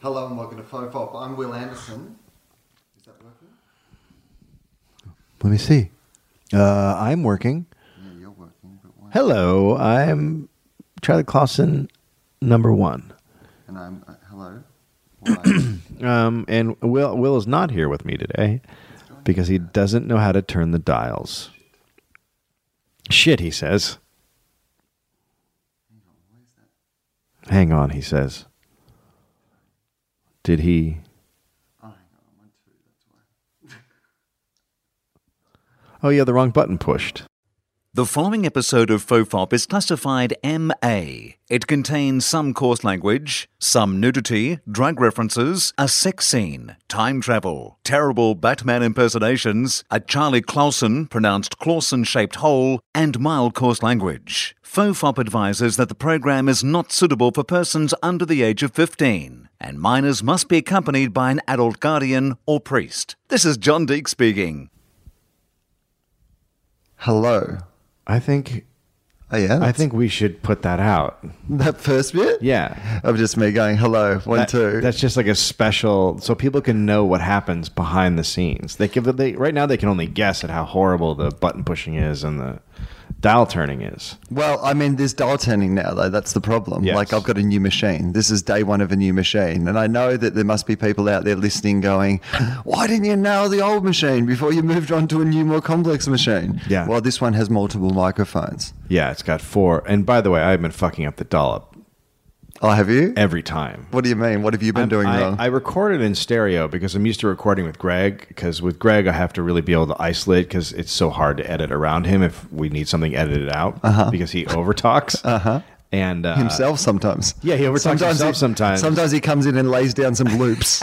Hello and welcome to Fofop. I'm Will Anderson. Is that working? Let me see. Uh, I'm working. Yeah, you're working, but why? Hello, I'm Charlie Clausen, number one. And I'm uh, hello. Why? Um, and Will Will is not here with me today because he doesn't know how to turn the dials. Shit, he says. Hang on, he says. Did he? Oh yeah, the wrong button pushed. The following episode of FOFOP is classified MA. It contains some coarse language, some nudity, drug references, a sex scene, time travel, terrible Batman impersonations, a Charlie Clausen, pronounced Clausen shaped hole, and mild coarse language. FOFOP advises that the program is not suitable for persons under the age of 15, and minors must be accompanied by an adult guardian or priest. This is John Deek speaking. Hello. I think Oh yeah. I think we should put that out. that first bit. Yeah. Of just me going hello one That- two. That's just like a special, so people can know what happens behind the scenes. They give they right now they can only guess at how horrible the button pushing is and the dial turning is. Well, I mean, there's dial turning now, though. That's the problem. Yes. Like, I've got a new machine. This is day one of a new machine. And I know that there must be people out there listening going, why didn't you nail the old machine before you moved on to a new, more complex machine? Yeah. Well, this one has multiple microphones. Yeah, it's got four. And by the way, I've been fucking up the dollop Oh, have you? every time. What do you mean? What have you been doing I, wrong? I recorded in stereo because I'm used to recording with Greg. Because with Greg, I have to really be able to isolate because it's so hard to edit around him if we need something edited out Uh-huh. because he overtalks. uh-huh. And uh, himself sometimes. Yeah, he overtalks himself he, sometimes. Sometimes he comes in and lays down some loops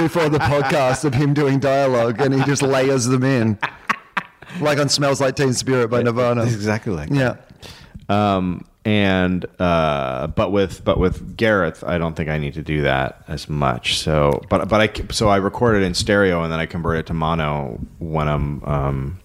before the podcast of him doing dialogue and he just layers them in. Like on Smells Like Teen Spirit by Nirvana. It's exactly like Yeah. um, and uh, but with but with Gareth, I don't think I need to do that as much. So, but but I c- so I record it in stereo and then I convert it to mono when I'm um,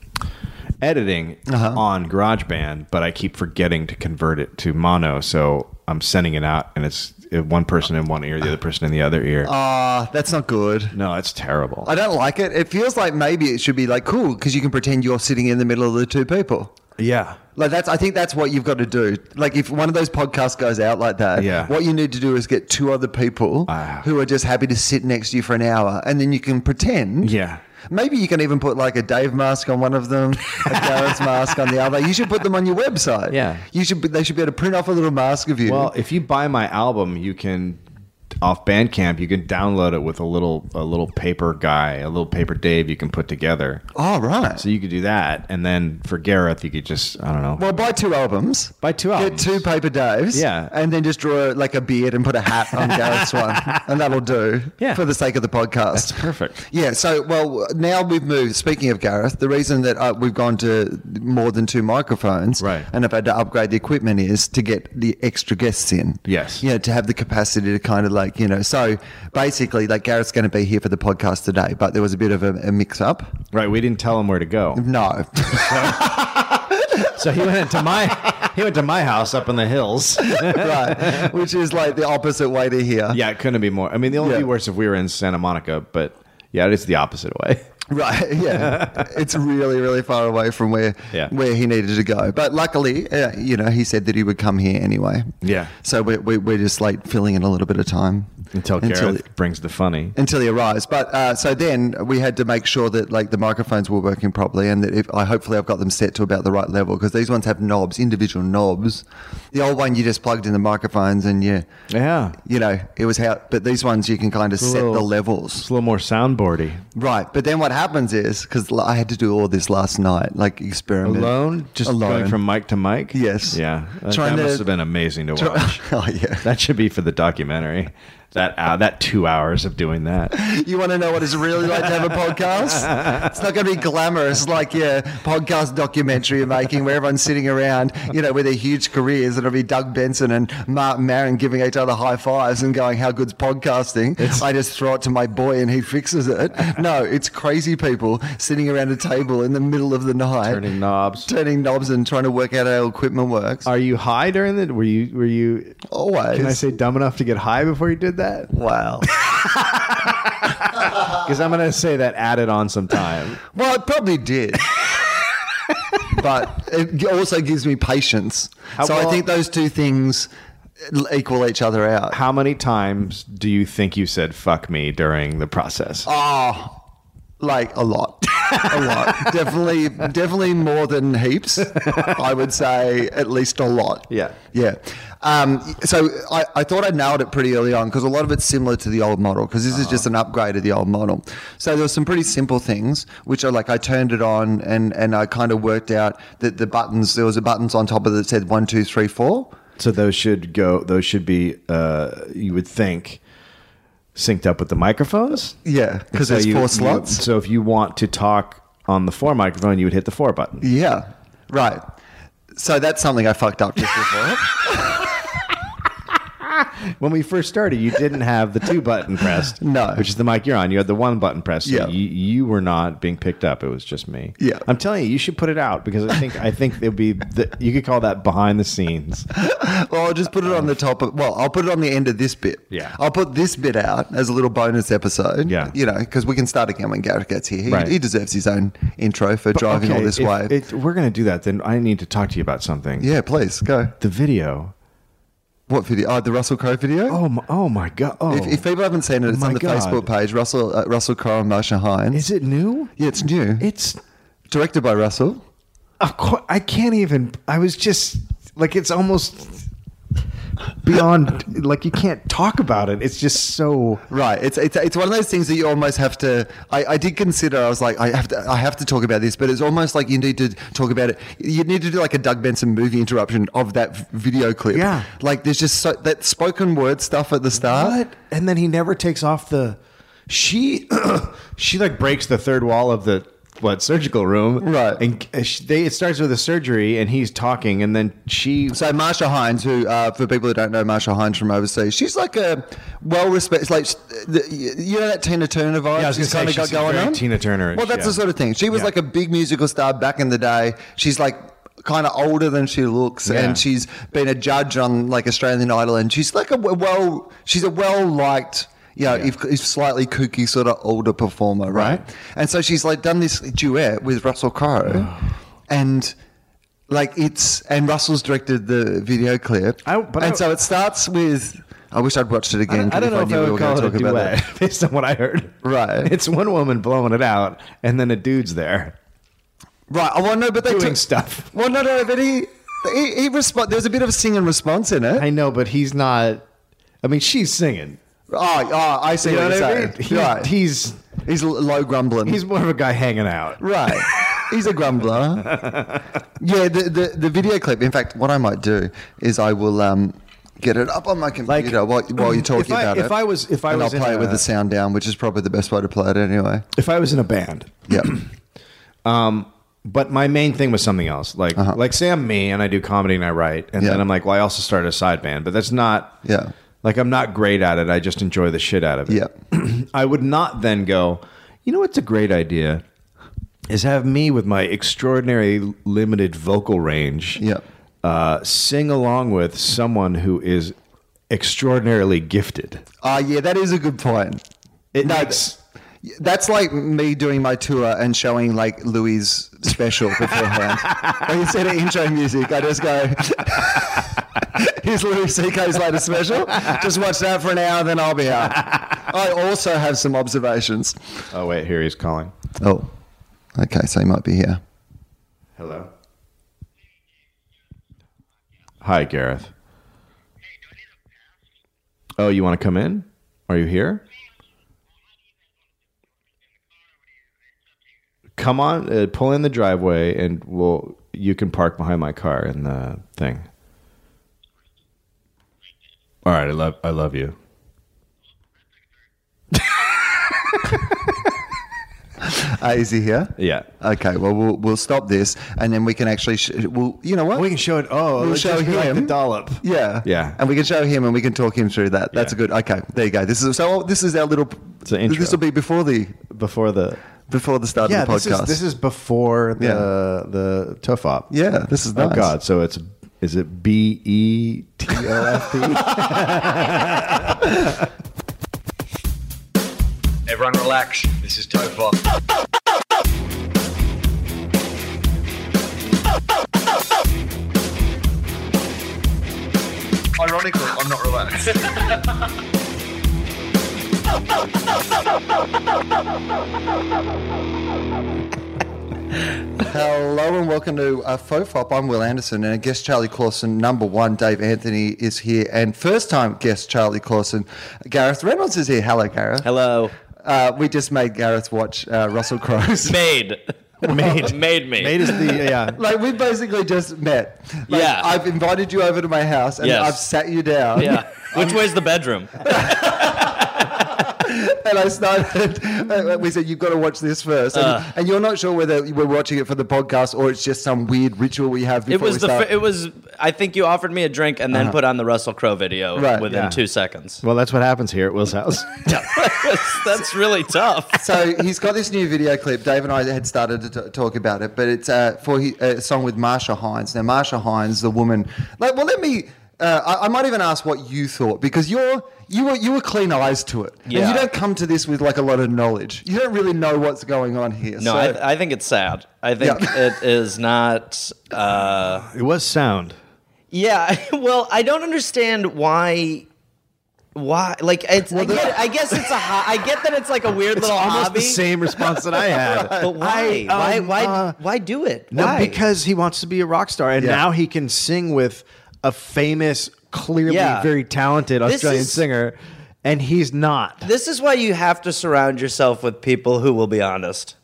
editing on GarageBand. But I keep forgetting to convert it to mono, so I'm sending it out and it's uh, one person in one ear, the other person in the other ear. Ah, that's not good. no, it's terrible. I don't like it. It feels like maybe it should be like cool because you can pretend you're sitting in the middle of the two people. yeah, Like that's I think that's what you've got to do. Like if one of those podcasts goes out like that, Yeah. what you need to do is get two other people Ah. who are just happy to sit next to you for an hour and then you can pretend. yeah. Maybe you can even put like a Dave mask on one of them, a Gareth mask on the other. You should put them on your website. Yeah. You should be, they should be able to print off a little mask of you. Well, if you buy my album, you can off Bandcamp, you can download it with a little a little paper guy, a little paper Dave you can put together. oh right. So you could do that, and then for Gareth, you could just I don't know. Well, buy two albums. Buy two albums. Get two paper Daves. Yeah. And then just draw like a beard and put a hat on Gareth's one. And that'll do Yeah. for the sake of the podcast. That's perfect. Yeah, so well now we've moved. Speaking of Gareth, the reason that uh, we've gone to more than two microphones, Right. and I've had to upgrade the equipment is to get the extra guests in. Yes. you know, to have the capacity to kind of like you know. So basically, like Gareth's going to be here for the podcast today, but there was a bit of a, a mix up. Right, we didn't tell him where to go, No, so he went into my he went to my house up in the hills. right, which is like the opposite way to here. yeah, it couldn't be more. I mean, the only Yeah. be worse if we were in Santa Monica, but yeah, it's the opposite way. Right. Yeah. it's really, really far away from where Yeah. where he needed to go. But luckily, uh, you know, he said that he would come here anyway. Yeah. So we're, we're, we're just like filling in a little bit of time Until Gareth brings the funny. until he arrives. But uh, so then we had to make sure that like the microphones were working properly, and that if I hopefully I've got them set to about the right level because these ones have knobs, individual knobs. The old one you just plugged in the microphones and you, Yeah, you know, it was how. But these ones you can kind of set the little- levels. it's a little more soundboardy. Right, but then what happens is because I had to do all this last night, like experiment alone, just going from mic to mic. Yes. Yeah. That, Trying that to- must have been amazing to watch. oh yeah. that should be for the documentary. That hour, that two hours of doing that. You want to know what it's really like to have a podcast? It's not going to be glamorous like your podcast documentary you're making where everyone's sitting around, you know, with their huge careers. It'll be Doug Benson and Martin Marin giving each other high fives and going, How good's podcasting? I just throw it to my boy and he fixes it. No, it's crazy people sitting around a table in the middle of the night, Turning knobs. turning knobs and trying to work out how equipment works. Are you high during the? Were you? Were you? Always. Can I say dumb enough to get high before you did that? Wow. Because I'm going to say that added on some time. Well, it probably did. but it g- also gives me patience. How so I well- think those two things equal each other out. How many times do you think you said fuck me during the process? Oh, like a lot. a lot. Definitely, definitely more than heaps. I would say at least a lot. Yeah. Yeah. Um, so I, I thought I nailed it pretty early on because a lot of it's similar to the old model because this is just an upgrade of the old model. So there were some pretty simple things which are like I turned it on and, and I kind of worked out that the buttons, there was a buttons on top of it that said one, two, three, four. So those should go. Those should be. Uh, you would think synced up with the microphones. Yeah, because So there's you- four you- slots. so if you want to talk on the four microphone, you would hit the four button. Yeah, right. So that's something I fucked up just before. When we first started, you didn't have the two button pressed. No. which is the mic you're on. You had the one button pressed. So Yeah. you, you were not being picked up. It was just me. Yeah. I'm telling you, you should put it out because I think I think it'd be the, you could call that behind the scenes. Well, I'll just put it on the top of. Well, I'll put it on the end of this bit. Uh, Yeah. I'll put this bit out as a little bonus episode. Yeah. You know, because we can start again when Garrett gets here. He, Right. he deserves his own intro for driving all Okay, this if- way. if we're gonna do that, then I need to talk to you about something. yeah, please go. The video. What video? Oh, the Russell Crowe video. Oh my! Oh my God! Oh, If, if people haven't seen it, it's my on the God. Facebook page. Russell uh, Russell Crowe and Marsha Hines. is it new? yeah, it's new. It's Directed by Russell. of course, I can't even. I was just like it's almost beyond. like you can't talk about it. It's just so. Right. It's, it's it's one of those things that you almost have to. I, I did consider. I was like, I have to. I have to talk about this, but it's almost like you need to talk about it. You need to do like a Doug Benson movie interruption of that v- video clip. Yeah. Like there's just so, that spoken word stuff at the start. What? And then he never takes off the. She, she like breaks the third wall of the what surgical room, Right. And uh, she- they it starts with a surgery, and he's talking, and then she. So Marsha Hines, who uh, for people who don't know Marsha Hines from overseas, she's like a well-respected, like the- you know that Tina Turner vibe. Yeah, I was she's gonna kind say, of got she's going very on. Tina Turner-ish, Well, that's yeah. the sort of thing. She was Yeah. like a big musical star back in the day. She's like kind of older than she looks, Yeah. and she's been a judge on like Australian Idol, and she's like a w- well, she's a well-liked. You know, Yeah. if, if slightly kooky sort of older performer, right? Right. And so she's like done this duet with Russell Crowe, and like it's and Russell's directed the video clip, I- but and I- so it starts with. I wish I'd watched it I again. don't, I don't know if knew I we would were gonna call it talk a about duet, that. based on what I heard. Right. It's one woman blowing it out, and then a dude's there. Right. I want to know, but they Doing took- stuff. Well, no, no, but he he, he respond. There was a bit of a sing and response in it. I know, but he's not. I mean, she's singing. Oh, oh I see You know what what you're I saying. mean? He's, right. uh, he's he's l- low grumbling. he's more of a guy hanging out. Right. He's a grumbler. yeah, the, the the video clip. In fact, what I might do is I will um, get it up on my computer while, while you're talking if I- about it. if I was- if I and was I'll in play it with a- the sound down, which is probably the best way to play it anyway. If I was in a band, Yeah. but my main thing was something else. Like like say I'm me and I do comedy and I write, and Yeah. then I'm like, well, I also started a side band, but that's not. Yeah. Like I'm not great at it. I just enjoy the shit out of it. I would not then go. You know what's a great idea is have me with my extraordinary limited vocal range. Yeah. uh, sing along with someone who is extraordinarily gifted. Ah, yeah, that is a good point. It No, makes That's like me doing my tour and showing like Louis' special beforehand. like instead of intro music, I just go, "Here's Louis C.K.'s latest special. Just watch that for an hour, then I'll be out." I also have some observations. Oh wait, here he's calling. Oh, okay, so he might be here. Hello. Hi, Gareth. Oh, you want to come in? Are you here? Come on, uh, pull in the driveway, and we'll. You can park behind my car in the thing. All right, I love. I love you. Uh, is he here? Yeah. Okay, well we'll we'll stop this and then we can actually sh- we'll you know what We can show it. Oh, We'll let's show just go with him. the dollop. Yeah. Yeah. And we can show him and we can talk him through that. That's Yeah. good. Okay. There you go. This is so oh, this is our little It's an intro. This will be before the before the before the start of the This podcast. is, this is before the Yeah. the tough op. yeah, this is Oh nice. God! So it's is it B E T O F P? everyone relax. This is Topher. Ironically, I'm not relaxed. Hello and welcome to uh, Fofop. I'm Will Anderson and our guest Charlie Clausen, number one, Dave Anthony is here, and first time guest Charlie Clausen, Gareth Reynolds is here. Hello, Gareth. Hello. Uh, we just made Gareth watch uh, Russell Crowe's. Made. Made. Made me. Made is the yeah. like we basically just met. Like, Yeah. I've invited you over to my house and Yes. I've sat you down. Yeah. Which way's the bedroom? and I started. uh, we said you've got to watch this first, Uh. and, and you're not sure whether we're watching it for the podcast or it's just some weird ritual we have before It was we the. start. Fir- it was. I think you offered me a drink and then put on the Russell Crowe video Right. within Uh-huh. Yeah. two seconds. Well, that's what happens here at Will's house. that's, that's really tough. so he's got this new video clip. Dave and I had started to t- talk about it, but it's uh, for he, a song with Marsha Hines. Now, Marsha Hines, the woman, like, well, let me. Uh, I, I might even ask what you thought because you're you were you were clean eyes to it. And Yeah. you don't come to this with like a lot of knowledge. You don't really know what's going on here. No, so, I, th- I think it's sad. I think Yeah. it is not. Uh, it was sound. Yeah, well, I don't understand why. Why? Like, it's. I, the- get, I guess it's a. ho- I get that it's like a weird little Almost hobby. the same response that I had. But why? I, why? um, Why? uh, why do it? No, why? because he wants to be a rock star, and Yeah. now he can sing with a famous, clearly Yeah. very talented This Australian is- singer, and he's not. this is why you have to surround yourself with people who will be honest.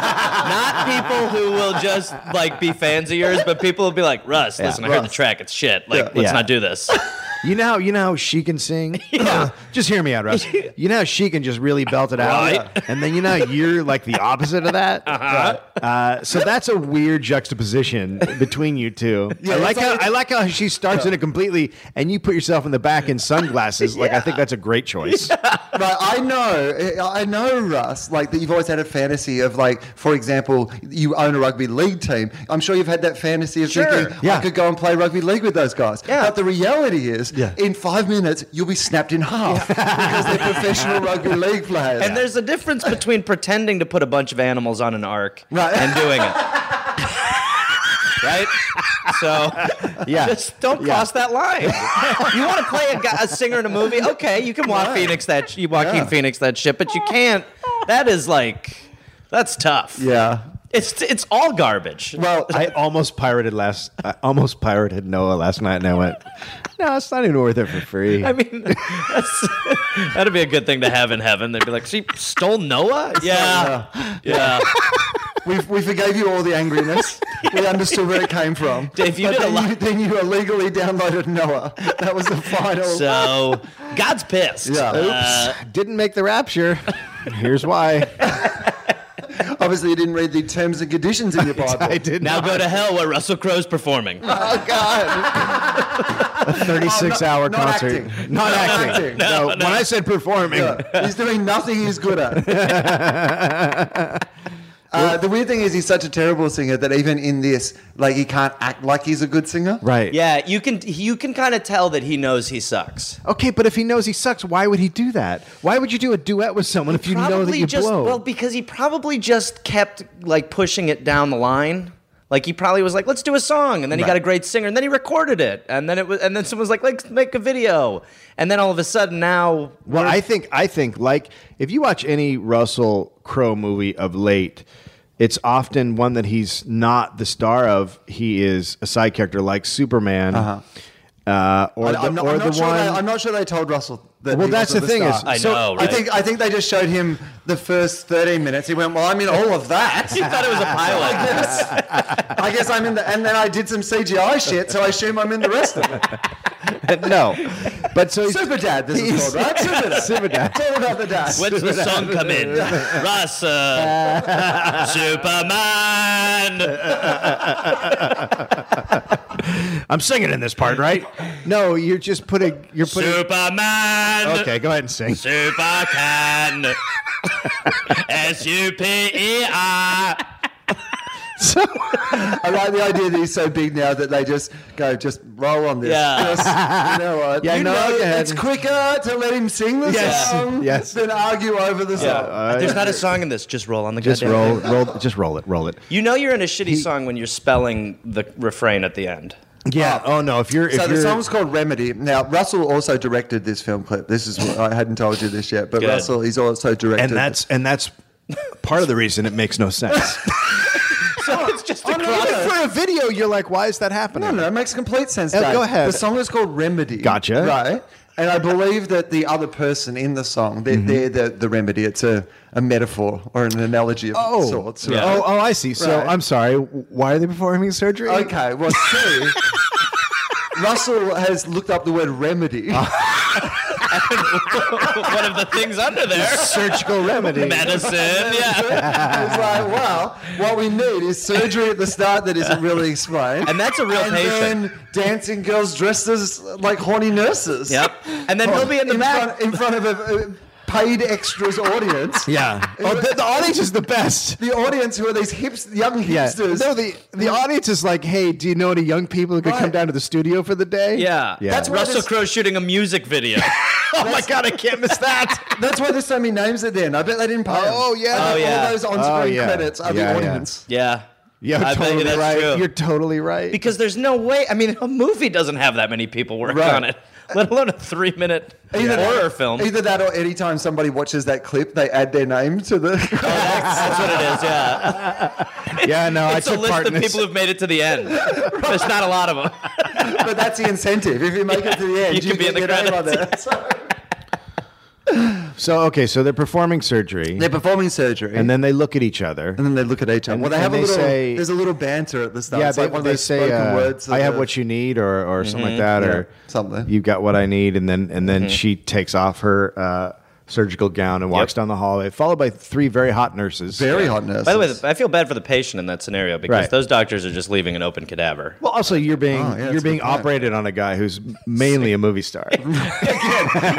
Not people who will just like be fans of yours, but people will be like, "Russ, listen, I heard the track. It's shit. Like, let's Yeah. not do this." You know, how- you know how she can sing. Uh, just hear me out, Russ. You know how she can just really belt it out, Right. Uh-huh. and then you know you're like the opposite of that. uh so that's a weird juxtaposition between you two. I like it's how like- I like how she starts in it completely, and you put yourself in the back in sunglasses. Like I think that's a great choice. Right, I know, I know, Russ. Like that, you've always had a fantasy of, like, for example, you own a rugby league team. I'm sure you've had that fantasy of Sure. thinking, I Yeah. could go and play rugby league with those guys. Yeah. But the reality is, Yeah. in five minutes, you'll be snapped in half because they're professional rugby league players. And there's a difference between pretending to put a bunch of animals on an ark Right. and doing it. right? So Yeah. just don't cross that line. you want to play a, guy, a singer in a movie? Okay, you can walk Phoenix that sh- you Joaquin Yeah. Phoenix that shit, but you can't. That is like that's tough. yeah. It's it's all garbage. Well, I almost pirated last. I almost pirated Noah last night, and I went, "No, it's not even worth it for free." I mean, that's, that'd be a good thing to have in heaven. They'd be like, she stole Noah? Yeah. yeah. we, we forgave you all the angriness. We understood where it came from. Dave, you but did a then, lot- you, then you illegally downloaded Noah. That was the final. So God's pissed. Yeah. Uh, Didn't make the rapture. Here's why. Obviously, you didn't read the terms and conditions in your Bible. I did Now now go to hell where Russell Crowe's performing. Oh, God. 36 Oh, no- hour not concert. acting. Not acting. acting. No, when I said performing, Yeah, he's doing nothing he's good at. Uh, the weird thing is, he's such a terrible singer that even in this, like, he can't act like he's a good singer. right? Yeah, you can you can kind of tell that he knows he sucks. Okay, but if he knows he sucks, why would he do that? Why would you do a duet with someone if you know that you just blow? well because he probably just kept like pushing it down the line. Like he probably was like, "Let's do a song," and then he got Right. a great singer, and then he recorded it, and then it was, and then someone was like, "Let's make a video," and then all of a sudden now, Well, I think I think like if you watch any Russell Crowe movie of late, it's often one that he's not the star of. He is a side character like Superman, uh or Uh-huh. I, the, I'm, not, or I'm, the not sure one. they, I'm not sure they told Russell that. well, he that's the wasn't thing is, star. I so know, I right? think I think they just showed him the first 13 minutes. He went, "Well, I'm in all of he that. thought it was a pilot. I guess I'm in the." And then I did some CGI shit, so I assume I'm in the rest of it. no, but so he's- Super Dad, this is He's- called, right? Super Dad. Super Dad. It's all about the dad. When's the song come in? Russ, uh, Superman. I'm singing in this part, right? No, you're just putting you're putting. Superman. Okay, go ahead and sing. Super can. S U P E R. So I like the idea that he's so big now that they just go, just roll on this. Yeah. Just, you know what? Yeah, you no, know, go ahead. it's quicker to let him sing the Yes. song Yes. Uh, than argue over the song. I- There's not a song in this. Just roll on the just goddamn roll, thing. roll, just roll it, roll it. You know you're in a shitty song when you're spelling the refrain at the end. Yeah. Oh, no. If you're, if So you're, the song's called Remedy. Now Russell also directed this film clip. This is what I hadn't told you this yet, but Good. Russell he's also directed. and that's and that's part of the reason it makes no sense. So it's just a Even for a video, you're like, why is that no, happening? no, it makes complete sense. Oh, Dave. go ahead. The song is called Remedy. Gotcha. Right. And I believe that the other person in the song, they're, Mm-hmm. they're the, the remedy. It's a, a metaphor or an analogy of Oh. sorts. Yeah. Oh, oh, I see. So Right. I'm sorry. W- Why are they performing surgery? Okay, well, see, Russell has looked up the word remedy. Uh-huh. one of the things under there. Surgical remedy. Medicine. Yeah. it's like, well, what we need is surgery at the start that isn't really explained. And that's a real and patient. then dancing girls dressed as like horny nurses. Yep. And then he'll be in the back. front, in front of a, a paid extras audience. Yeah. Oh, the, the audience is the best. The audience who are these hips, young Yeah. hipsters. No, the the audience is like, hey, do you know any young people who could Right. come down to the studio for the day? Yeah. Yeah. That's That's why Russell this- Crowe shooting a music video. oh my god, I can't miss that. That's why there's so many names at the end. I bet they didn't pay. 'em. Oh, yeah. I bet Oh, yeah. All those on-screen Oh, yeah. credits are Yeah, the yeah. audience. yeah. Yeah, you're I bet you totally that's right. true. You're totally right. Because there's no way. I mean, a movie doesn't have that many people working Right. on it, let alone a three-minute horror film. Either that or anytime somebody watches that clip, they add their name to the. Oh, That's what it is. Yeah. yeah, no, Oh, I It's a took list part of in this. people who've made it to the end. There's not a lot of them. but that's the incentive. If you make it to the end, You you, can be get in the your name on credits. there. So- So okay, so they're performing surgery, They're performing surgery, and then they look at each other. and then they look at each other. And- well, they have and a they little. say- there's a little banter at the start. Yeah, it's they, like one they of those say, spoken uh, words. "I have what you need," or or Mm-hmm. something like that, or something. You've got what I need, and then and then she takes off her uh, surgical gown and walks Yep. down the hallway, followed by three very hot nurses. very hot nurse. By the way, I feel bad for the patient in that scenario because Right. those doctors are just leaving an open cadaver. Well, also you're being Oh, yeah, that's you're a being good point. operated on a guy who's mainly a movie star.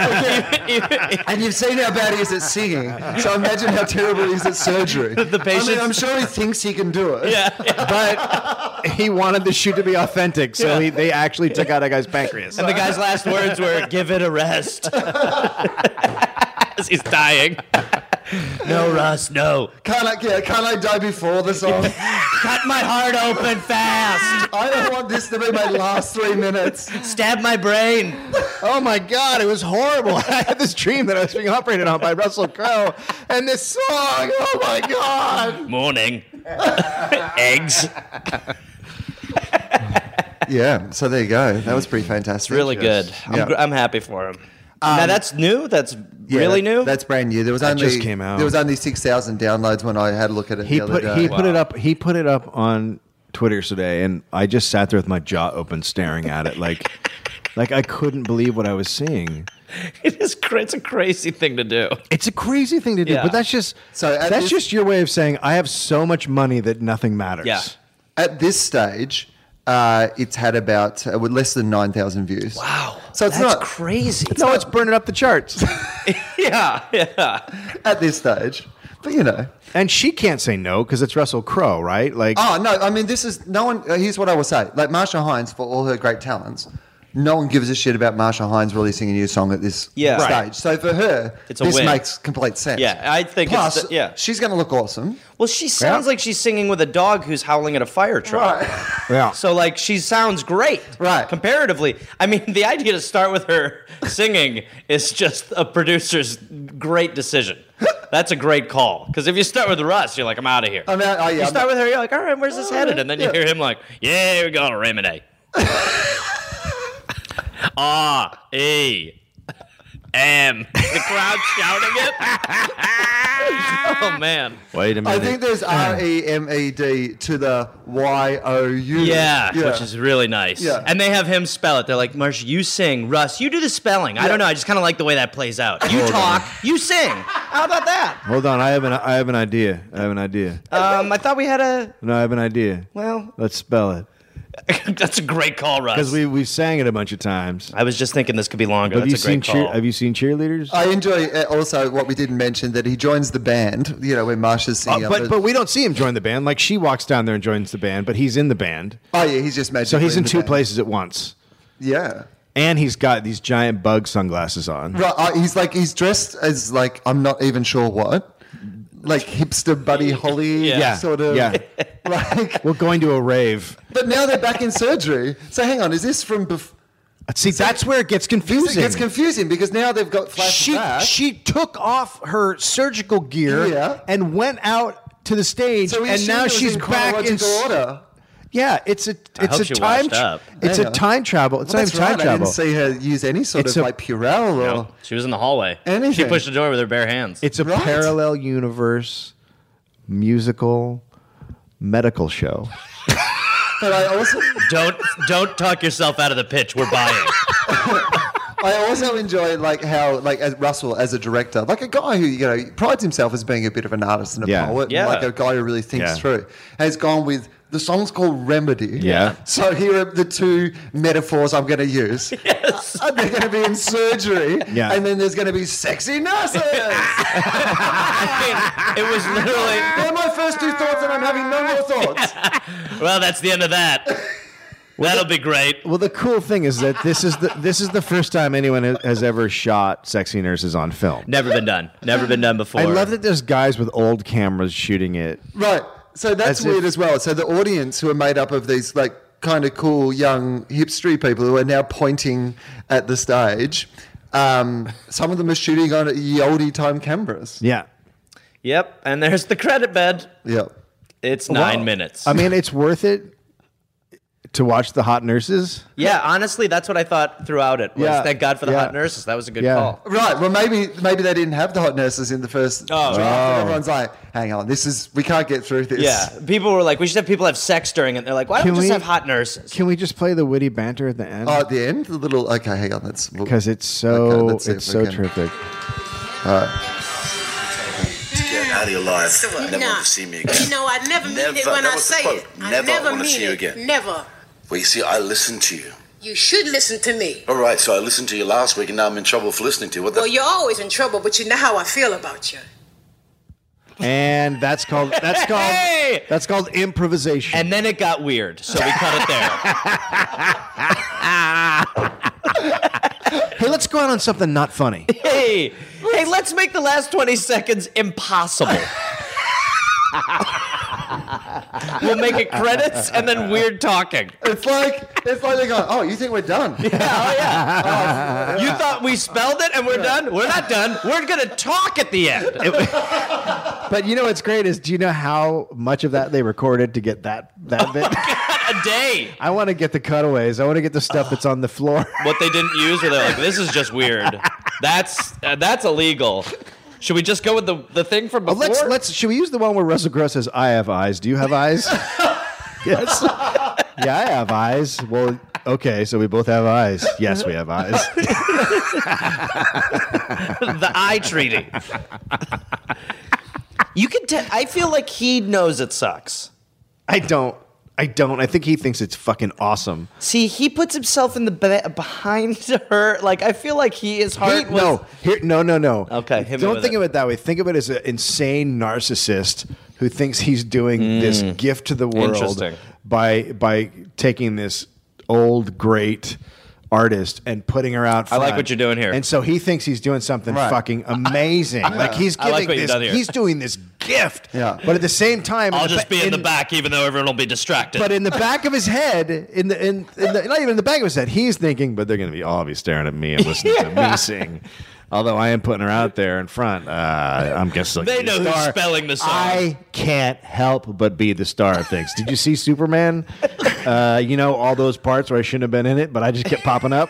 and you've seen how bad he is at singing, so imagine how terrible he is at surgery. the I patient's- mean, I'm sure he thinks he can do it. yeah. but he wanted the shoot to be authentic, so he, they actually took out a guy's pancreas. And the guy's last words were, give it a rest. As he's dying. no, Russ, no. Can't I? Yeah, can't I die before the song? Cut my heart open fast. I don't want this to be my last three minutes. Stab my brain. Oh my God, it was horrible. I had this dream that I was being operated on by Russell Crowe and this song. Oh my God. Morning. Eggs. Yeah, so there you go. That was pretty fantastic. Really good. I'm, Yeah. Um, gr- I'm happy for him. now that's new. That's Yeah, really that- new. That's brand new. There was only just came out. There was only six thousand downloads when I had a look at it. He the put other day. he put it up he put it up on Twitter today, and I just sat there with my jaw open, staring at it like like I couldn't believe what I was seeing. it is. cra- It's a crazy thing to do. It's a crazy thing to do, Yeah. but that's just So at that's this- just your way of saying I have so much money that nothing matters. Yeah. At this stage, uh, it's had about uh, with less than nine thousand views. Wow. So it's that's not- crazy. No, it's burning up the charts. yeah, yeah. At this stage, but you know. and she can't say no because it's Russell Crowe, right? Like Oh no! I mean, this is no one. Uh, here's what I will say: like Marsha Hines, for all her great talents, no one gives a shit about Marsha Hines releasing a new song at this Yeah. stage. Right. So for her, It's a this win. makes complete sense. Yeah, I think it's Plus, the- yeah. she's going to look awesome. Well, she sounds Yeah. like she's singing with a dog who's howling at a fire truck. yeah. So like she sounds great. Right. Comparatively. I mean, the idea to start with her singing is just a producer's great decision. That's a great call. Because if you start with Russ, you're like, I'm out of here. I'm out- oh, yeah, you I'm- start with her, you're like, all right, where's this headed? And then you yeah. hear him like, yeah, we got a remedy. R E M. The crowd shouting it. oh man. Wait a I think there's R E M E D to the Y O U. Yeah, yeah. which is really nice. Yeah. And they have him spell it. They're like, Marsh, you sing. Russ, you do the spelling. I don't know. I just kind of like the way that plays out. You talk, you sing. How about that? Hold on, I have an I have an idea. I have an idea. Um, I thought we had a. No, I have an idea. Well, Let's spell it. That's a great call, Russ. Because we we sang it a bunch of times. I was just thinking this could be longer. Have That's you a seen great cheer, call. Have you seen cheerleaders? I enjoy uh, also what we didn't mention that he joins the band. You know when Marsha's Uh, singing. but but we don't see him join the band. Like she walks down there and joins the band, but he's in the band. oh yeah, he's just magic. So he's in two places at once, Yeah. and he's got these giant bug sunglasses on. Right, uh, he's like he's dressed as like I'm not even sure what, like hipster Buddy Holly Yeah. sort of. Yeah. Like, We're going to a rave. but now they're back in surgery. So hang on, is this from before? See, that's where it gets confusing. It gets confusing because now they've got she flashback. she took off her surgical gear Yeah. and went out to the stage, so we and assume it now was she's in back in. chronological order. Yeah, it's a it's hope a she time washed up. it's Yeah. a time travel. It's Well, not that's even time right. I travel. didn't see her use any sort It's of a- like Purell or No, Oh, she was in the hallway. She Anything. pushed the door with her bare hands. It's a Right. parallel universe musical medical show. but I also don't don't talk yourself out of the pitch. We're buying. I also enjoy like how like as Russell as a director, like a guy who you know prides himself as being a bit of an artist and a Yeah. poet, Yeah. and like a guy who really thinks Yeah. through, has gone with the song's called Remedy. Yeah. So here are the two metaphors I'm going to use. Yes. And they're going to be in surgery. Yeah. And then there's going to be sexy nurses. I mean, it was literally. they're my first two thoughts, and I'm having no more thoughts. Well, that's the end of that. That'll be great. Well, the cool thing is that this is the this is the first time anyone has- has ever shot sexy nurses on film. Never been done. Never been done before. I love that there's guys with old cameras shooting it. Right. So that's As if- weird as well. So the audience who are made up of these like kind of cool young hipstery people who are now pointing at the stage. Um, some of them are shooting on ye oldie time cameras. Yeah. Yep. And there's the credit bed. Yeah. It's nine Well, minutes. I mean, it's worth it to watch the hot nurses. yeah, honestly, that's what I thought throughout it. Was Yeah, thank God for the yeah. hot nurses. That was a good Yeah. call. Right. Well, maybe maybe they didn't have the hot nurses in the first. Oh. draft, and everyone's like, "Hang on, this is we can't get through this." Yeah, people were like, we should have people have sex during it. They're like, why don't Can we just we- have hot nurses? Can we just play the witty banter at the end? Oh, at the end, the little okay. Hang on, that's Because it's so Okay, let's see it's if we so can- terrific. Get out of your life. Never Nah. want to see me again. No, I never mean it Never. when That I was the say quote. it. I Never never, wanna mean see you it. again. Never. Well, you see, I listened to you. You should listen to me. All right, so I listened to you last week, and now I'm in trouble for listening to you. What the? Well, you're always in trouble, but you know how I feel about you. And that's called that's called Hey! that's called improvisation. And then it got weird, so we cut it there. hey, let's go out on something not funny. hey, hey, let's make the last twenty seconds impossible. we'll make it credits and then weird talking. it's like it's like they go, "Oh, you think we're done?" Oh yeah. you thought we spelled it and we're done? We're not done. We're gonna talk at the end. but you know what's great is do you know how much of that they recorded to get that that bit? a day. I want to get the cutaways. I want to get the stuff that's on the floor. What they didn't use, where they're like, this is just weird. That's uh, that's illegal. Should we just go with the, the thing from Oh, before? let's let's should we use the one where Russell Crowe says, "I have eyes. Do you have eyes?" yes. yeah, I have eyes. Well, okay, so we both have eyes. Yes, we have eyes. the eye treaty. you can tell. I feel like he knows it sucks. I don't. I don't. I think he thinks it's fucking awesome. See, he puts himself in the be- behind her. Like I feel like he is hard. Here- no, here, no, no, no. Okay, hit me Don't with think it. of it that way. Think of it as an insane narcissist who thinks he's doing this gift to the world Mm. Interesting. by by taking this old great artist and putting her out. I Front. like what you're doing here. And so he thinks he's doing something Right. fucking amazing. Like he's I giving like what you've this. done here. He's doing this gift. Yeah. But at the same time, I'll just ba- be in, the back, even though everyone will be distracted. But in the back of his head, in the in, in the, not even in the back of his head, he's thinking, "But they're going to be all be staring at me and listening to me sing." Although I am putting her out there in front, uh, I'm guessing They know who's spelling the song. I can't help but be the star of things. Did you see Superman? Uh, you know all those parts where I shouldn't have been in it, but I just kept popping up.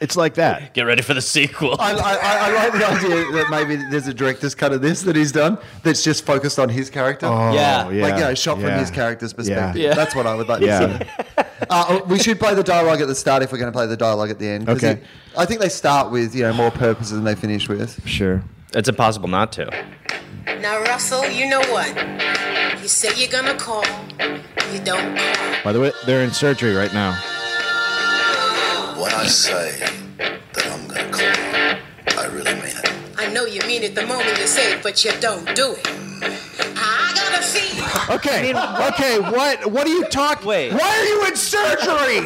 It's like that. Get ready for the sequel. I, I, I- I like the idea that maybe there's a director's cut of this that he's done that's just focused on his character. yeah. Oh, yeah. Like, you know, shot yeah. from his character's Yeah. perspective. Yeah. That's what I would like Yeah. to see. Uh, we should play the dialogue at the start if we're going to play the dialogue at the end. 'cause Okay. it- I think they start with, you know, more purposes than they finish with. Sure. It's impossible not to. Now, Russell, you know what? You say you're gonna call, you don't call. By the way, they're in surgery right now. When I say that I'm gonna call you, I really mean it. I know you mean it the moment you say it, but you don't do it. I got a feeling. Okay. okay. What? What are you talking? Wait. Why are you in surgery?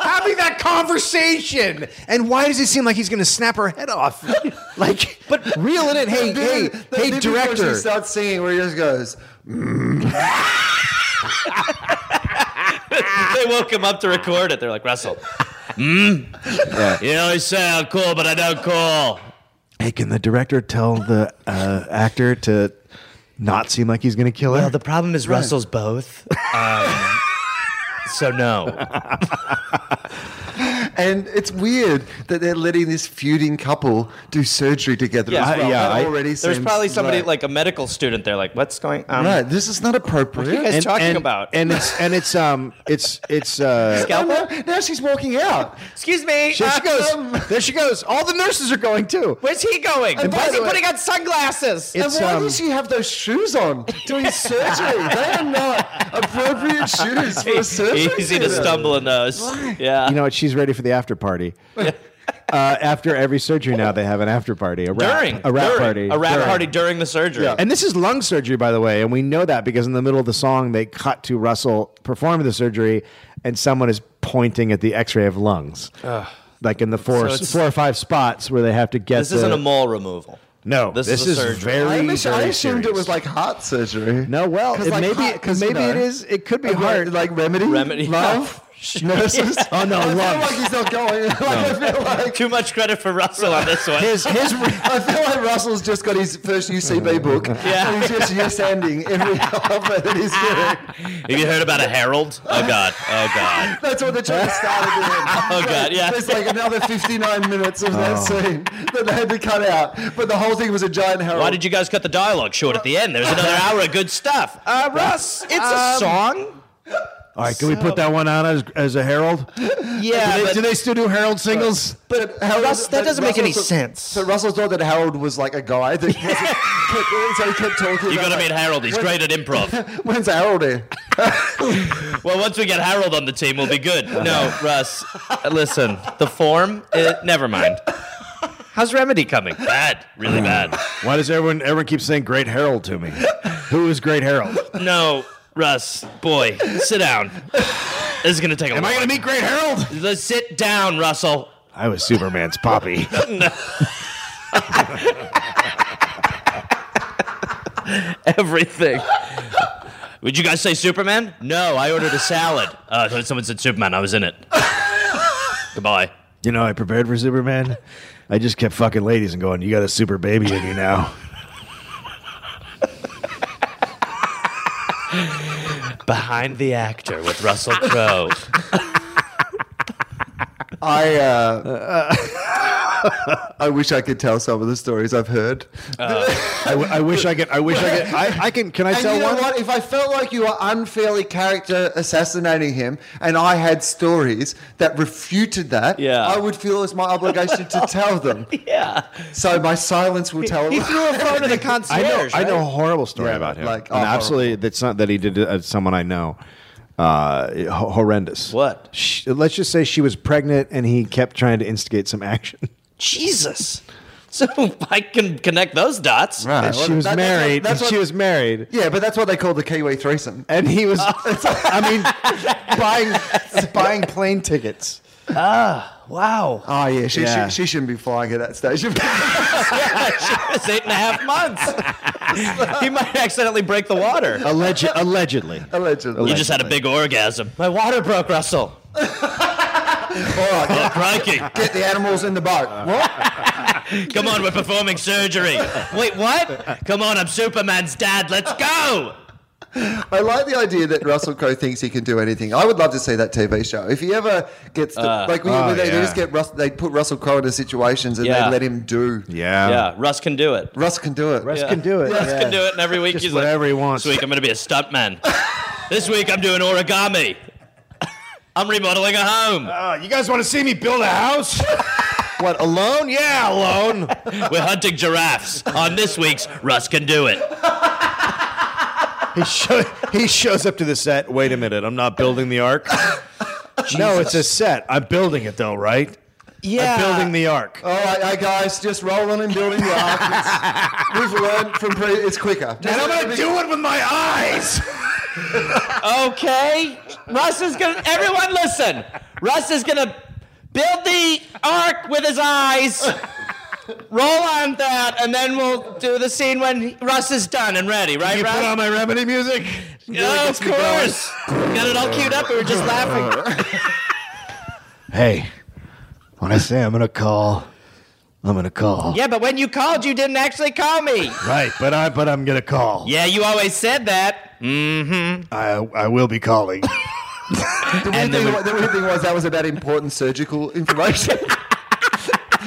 Having that conversation. And why does it seem like he's going to snap her head off? Like, but reel it in. Hey, hey, hey, Before director. she starts singing, where he just goes, they woke him up to record it. They're like, Russell. Hmm? You always sound cool, but I don't call. Hey, can the director tell the uh, actor to not seem like he's going to kill her? Well, the problem is Russell's both. Um, so no. and it's weird that they're letting this feuding couple do surgery together. Yeah, as well. I- yeah, That I- already There's seems- probably somebody right. like a medical student there, like, what's going um, on? Right, this is not What are you appropriate. guys and, talking and- about? and it's and it's um it's it's uh Scalpel? now she's walking out. Excuse me. there she um, goes there she goes all the nurses are going too Where's he going? And Why by is he the way- putting on sunglasses? It's, and why um, does she have those shoes on doing surgery? they are not appropriate shoes for a surgery. Easy theatre. to stumble in those. Yeah. you know what she's ready for the after party uh, after every surgery now they have an after party a rap, during a rap during, party A rap During. party during the surgery. Yeah. and this is lung surgery by the way and we know that because in the middle of the song they cut to Russell performing the surgery and someone is pointing at the x-ray of lungs like in the four So it's- four or five spots where they have to get This isn't the- a mole removal. no This this, is a is, surgery. very I, mis- I very assumed it serious. was like heart surgery. No, well, 'Cause, it like, may be heart- 'cause, maybe you know, it is. It could be like, hard. like remedy, Remedy. love, nurses. oh no, I feel like love. he's not going. Like, I feel like Too much credit for Russell on this one. His his I feel like Russell's just got his first UCB book. Yeah. and he's just yes ending every offer that he's doing. Have you heard about a herald? Oh god. Oh god. That's what they're trying to start at the end. Oh god. Yeah. There's like another 59 minutes of Oh. that scene that they had to cut out, but the whole thing was a giant herald. Why did you guys cut the dialogue short at the end? There was another hour of good stuff. Uh, Russ, it's a song. all right. Can we put that one on as, as a herald? Yeah, do, they, but- do they still do herald singles? But Harold, Russ, that but doesn't make any thought- sense. But Russell thought that Harold was like a guy that kept, so he kept talking. You about uh, gotta like, meet Harold. He's great at improv. When's Harold here? Well, once we get Harold on the team, we'll be good. Uh-huh. No, Russ, listen. The form, eh, never mind. How's remedy coming? Bad, really bad. Why does everyone everyone keep saying "Great Herald" to me? Who is Great Herald? No, Russ, boy, sit down. This is gonna take a. Am I going to meet Great Herald? meet? Let's sit down, Russell. I was Superman's poppy. Everything. Would you guys say Superman? No, I ordered a salad. Uh, so someone said Superman. I was in it. Goodbye. you know, I prepared for Superman. I just kept fucking ladies and going. You got a super baby in you now. Behind the actor with Russell Crowe. I uh, I wish I could tell some of the stories I've heard. Uh, I, w- I wish I could. I wish I could. I, I can. Can I And tell you know one? what? If I felt like you were unfairly character assassinating him, and I had stories that refuted that, Yeah. I would feel it was my obligation to tell them. yeah. So my silence will tell. He threw a phone at the I know, concierge. I know a horrible story Yeah, about him. like, and oh, absolutely, that's not that he did it as someone I know. Uh, ho- horrendous. What? Sh let's just say she was pregnant, and he kept trying to instigate some action. Jesus. So I can connect those dots. Right. and well, she was that- that's what- married. that's and she what- was married. Yeah, but that's what they call the Kiwi threesome. And he was, I mean, buying buying plane tickets. Wow. Oh yeah, she, Yeah. She, she shouldn't be flying at that stage. It's eight and a half months. he might accidentally break the water. Alleged, allegedly. Allegedly. You just had a big orgasm. My water broke, Russell. All right, Oh, crikey. get the animals in the boat. What? Come on, we're performing surgery. Wait, what? Come on, I'm Superman's dad. Let's go. I like the idea that Russell Crowe thinks he can do anything. I would love to see that TV show. If he ever gets the, Ah. like, we, oh, they, they yeah. just get Russ, they put Russell Crowe into situations and Yeah. they let him do. Yeah. Yeah, Russ can do it. Russ can do it. Russ can do it. Russ can do it, and every week Just he's whatever like, he wants. This week I'm going to be a stuntman. this week I'm doing origami. I'm remodeling a home. Uh, you guys want to see me build a house? what alone? Yeah, alone. We're hunting giraffes on this week's Russ Can Do It. he, show, he shows up to the set. Wait a minute, I'm not building the ark. no, it's a set. I'm building it though, right? Yeah. Oh. I'm building the ark. All right, hey, guys, just rolling and building the ark. It's- We've learned from pre- it's quicker. And I'm gonna do it with my eyes. Okay. Russ is gonna. Everyone, listen. Russ is gonna build the ark with his eyes. Roll on that, and then we'll do the scene when Russ is done and ready. Right, You Russ? put on my remedy music. oh, of course. Got it all queued up. We were just laughing. Hey, when I say I'm gonna call, I'm gonna call. Yeah, but when you called, you didn't actually call me. Right, but I but I'm gonna call. Yeah, you always said that. I I will be calling. The weird, thing, wa- the weird thing was that was about important surgical information.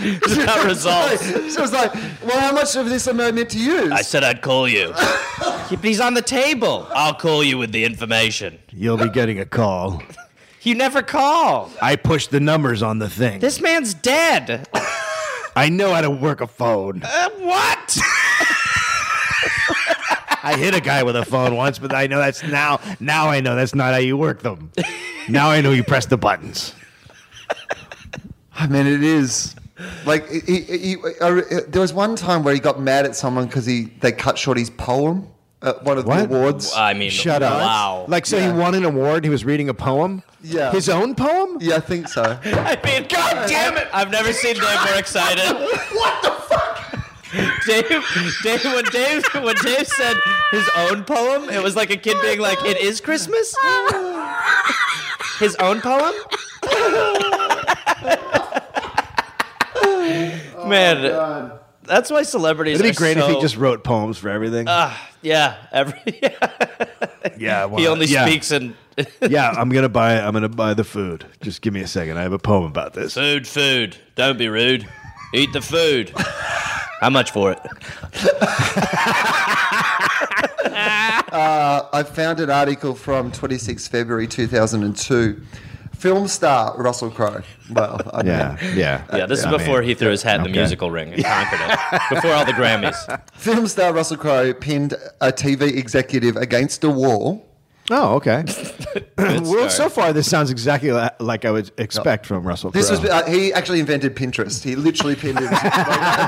It's about results. so it's like, well, how much of this am I meant to use? I said I'd call you. Yeah, but he's on the table. I'll call you with the information. You'll be getting a call. You never call. I push the numbers on the thing. This man's dead. I know how to work a phone. Uh, what? I hit a guy with a phone once, but I know that's now. Now I know that's not how you work them. Now I know you press the buttons. I mean, it is. Like, he, he, he, I, re- uh, there was one time where he got mad at someone because he they cut short his poem at one of What? the awards. I mean, Shut up! wow. Like so, he won an award. He was reading a poem. Yeah. his own poem. yeah, I think so. I mean, God damn it! I've never seen Dave more excited. what the fuck? Dave, Dave, when Dave, when Dave said his own poem, it was like a kid being like, "It is Christmas." his own poem. Man, that's why celebrities. Oh, It'd be are great if so- he just wrote poems for everything. Yeah, every. yeah, well, he only Uh, yeah. speaks in yeah, I'm gonna buy. I'm gonna buy the food. Just give me a second. I have a poem about this. Food, food. Don't be rude. Eat the food. How much for it? I found an article from 26 February 2002. Film star Russell Crowe. Well, I mean, Yeah, yeah, Yeah, this I is before mean, he threw his hat in the okay. musical ring and conquered it. Before all the Grammys. film star Russell Crowe pinned a TV executive against a wall. Oh, okay. well, start. so far this sounds exactly li- like I would expect from Russell. This Crowe. was uh, he actually invented Pinterest. He literally pinned it. Like,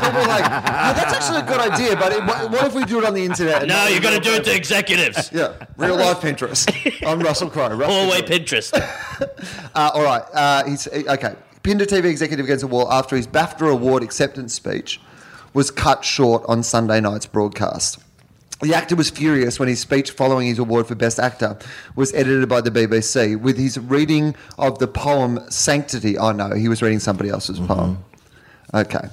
people were like, "Oh, that's actually a good idea, but it, what, what if we do it on the internet? and No, not you're going to real do it to Pinterest?" executives. Yeah, real life Pinterest. I'm Russell Crowe. Russell Four way Crowe. Pinterest. Uh, all right. Uh, he's okay. Pinned a TV executive against a wall after his BAFTA award acceptance speech was cut short on Sunday night's broadcast. The actor was furious when his speech following his award for Best Actor was edited by the BBC with his reading of the poem Sanctity. Oh, no, he was reading somebody else's poem. Okay.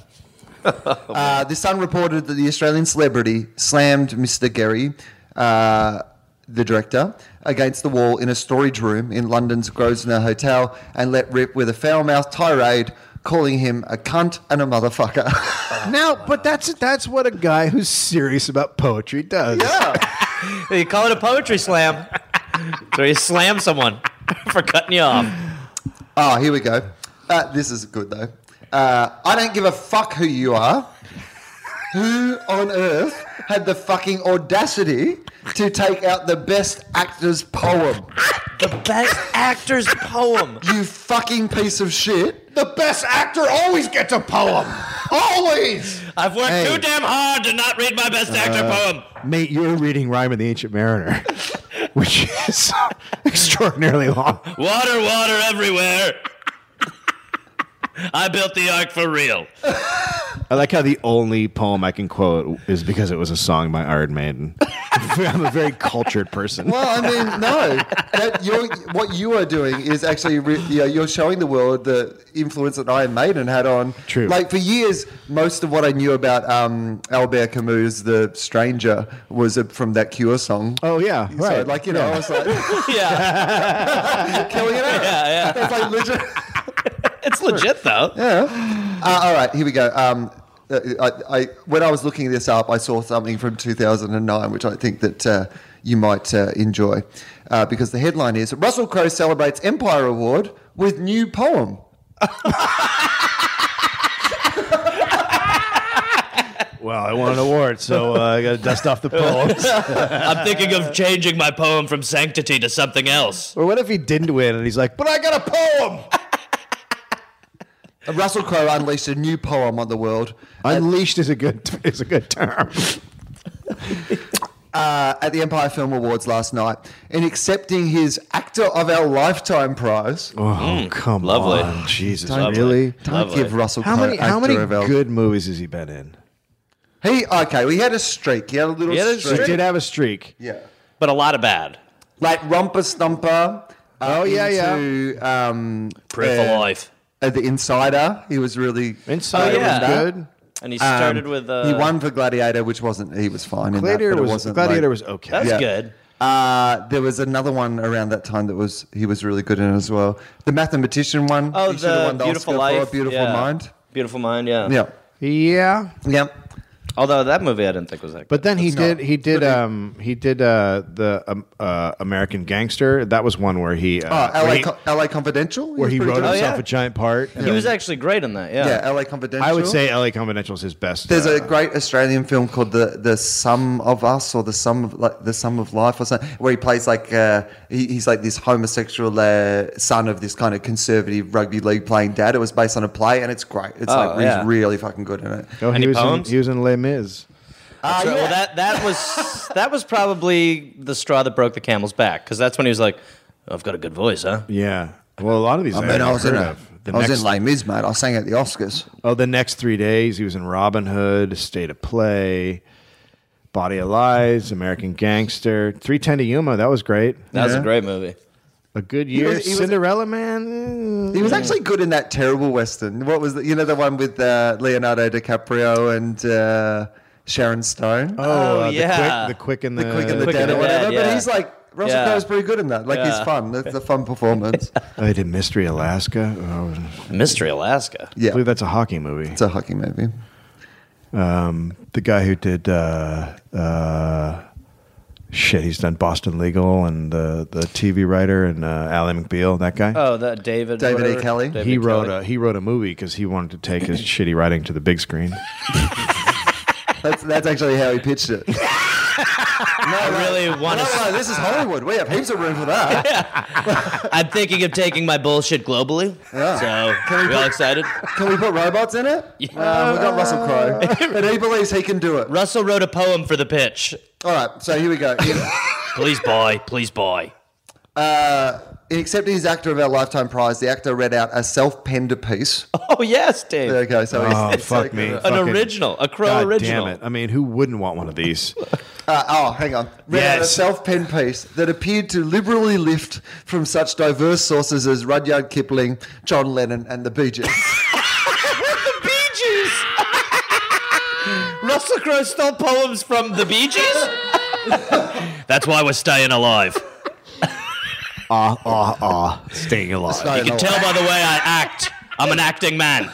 Uh, the Sun reported that the Australian celebrity slammed Mr. Gary, uh, the director, against the wall in a storage room in London's Grosvenor Hotel and let rip with a foul mouthed tirade, calling him a cunt and a motherfucker. Now, but that's that's what a guy who's serious about poetry does. You call it a poetry slam. So you slam someone for cutting you off. Ah, here we go. Uh, this is good though. Uh, I don't give a fuck who you are. Who on earth had the fucking audacity to take out the best actor's poem? The best actor's poem. You fucking piece of shit. The best actor always gets a poem. Always. I've worked Hey. too damn hard to not read my best actor poem. Mate, you're reading Rhyme of the Ancient Mariner, which is extraordinarily long. Water, water everywhere. I built the ark for real. I like how the only poem I can quote is because it was a song by Iron Maiden. I'm a very cultured person. Well, I mean, no. That you're, what you are doing is actually re- yeah, you're showing the world the influence that Iron Maiden had on. True. Like for years, most of what I knew about um, Albert Camus' The Stranger was uh, from that Cure song. Oh yeah, So, right. like you know, I was like Yeah, killing it out. yeah, yeah. That's like legit. It's legit though. Uh, all right, here we go. Um, uh, I, I, when I was looking this up, I saw something from 2009, which I think that uh, you might uh, enjoy, uh, because the headline is Russell Crowe celebrates Empire Award with new poem. well, I won an award, so uh, I got to dust off the poems. I'm thinking of changing my poem from sanctity to something else. or what if he didn't win and he's like, but I got a poem? Russell Crowe unleashed a new poem on the world. Unleashed is a good is a good term. uh, at the Empire Film Awards last night in accepting his Actor of Our Lifetime prize. Oh, come Mm, lovely. on, Jesus, Lovely. really? Don't Lovely. give Russell How Crowe many how Actor many of Our good movies has he been in? He okay. We had a streak. He had a little He had a streak. He did have a streak. Yeah, But a lot of bad. like Romper Stumper. Oh, yeah, yeah. yeah. Um, Pray for uh, life. uh, the Insider. He was really Inside Oh, yeah. was good. And he um, started with. Uh, he won for Gladiator, which wasn't. He was fine. in Gladiator that, but it was wasn't Gladiator like- was okay. That's yeah. good. Uh, there was another one around that time that was he was really good in as well. The mathematician one. Oh, he should have the, won beautiful Oscar for, life. beautiful yeah. mind. Beautiful mind. Yeah. Yeah, yeah. yeah. Although that movie, I didn't think was that. But good. then he did he did um he did uh the um, uh American Gangster. That was one where he Oh, uh, LA, where he, Co- LA Confidential. where was he pretty wrote good. Oh, himself Oh, yeah. a giant part. he was actually great in that. Yeah. Yeah, LA Confidential. I would say LA Confidential is his best. There's uh, a great Australian film called the the Sum of Us or the Sum of like the Sum of Life or something, where he plays like uh, he, he's like this homosexual uh, son of this kind of conservative rugby league playing dad. It was based on a play, and it's great. It's like yeah. he's really fucking good in it. oh, he Any was in, poems? he was in Les Mis. So, Well, that that was that was probably the straw that broke the camel's back because that's when he was like, "I've got a good voice, huh?" Yeah. Well, a lot of these. I I, mean, I was in heard a, of. I The was next, in Les Mis, mate. I sang at the Oscars. oh, the next three days he was in Robin Hood, State of Play, Body of Lies, American Gangster, Three Ten to Yuma. That was great. That was a Yeah. great movie. A good year. was- he was- Cinderella Man. eh. He was actually good in that terrible western. What was the, you know the one with uh, Leonardo DiCaprio and uh, Sharon Stone? Oh, Oh, uh, yeah. the quick, the quick and the, the quick and the Quick and dead the or whatever. Dead, yeah. But he's like Russell Yeah. Crowe's pretty good in that. Like Yeah. he's fun. It's a fun performance. I Oh, did Mystery Alaska. Oh, Mystery Alaska. I yeah, believe that's a hockey movie. it's a hockey movie. Um, the guy who did uh, uh, shit, he's done Boston Legal and the the TV writer and uh, Ally McBeal. That guy. Oh, that David. David E. whatever. Kelly? David he E. wrote Kelly. a he wrote a movie because he wanted to take his shitty writing to the big screen. That's that's actually how he pitched it. no, I no, really want no, to. no, this is Hollywood. We have heaps of room for that. I'm thinking of taking my bullshit globally. So, we Uh, all excited? Can we put robots in it? Yeah. Um, we got Russell Crowe, but he believes he can do it. Russell wrote a poem for the pitch. All right, so here we go. In- Please buy, please buy. In accepting his Actor of Our Lifetime prize, the actor read out a self-penned piece. Oh yes, Dave. Okay, so he's, Oh it's so fuck good. me! Uh, An Fucking- original, a crow God original. damn it! I mean, who wouldn't want one of these? oh, hang on. Read out a Yes. self-penned piece that appeared to liberally lift from such diverse sources as Rudyard Kipling, John Lennon, and the Bee Gees. The Bee Gees. Russell Crowe stole poems from the Bee Gees. That's why we're staying alive. Ah ah ah! Staying alive. You can tell by the way I act. I'm an acting man.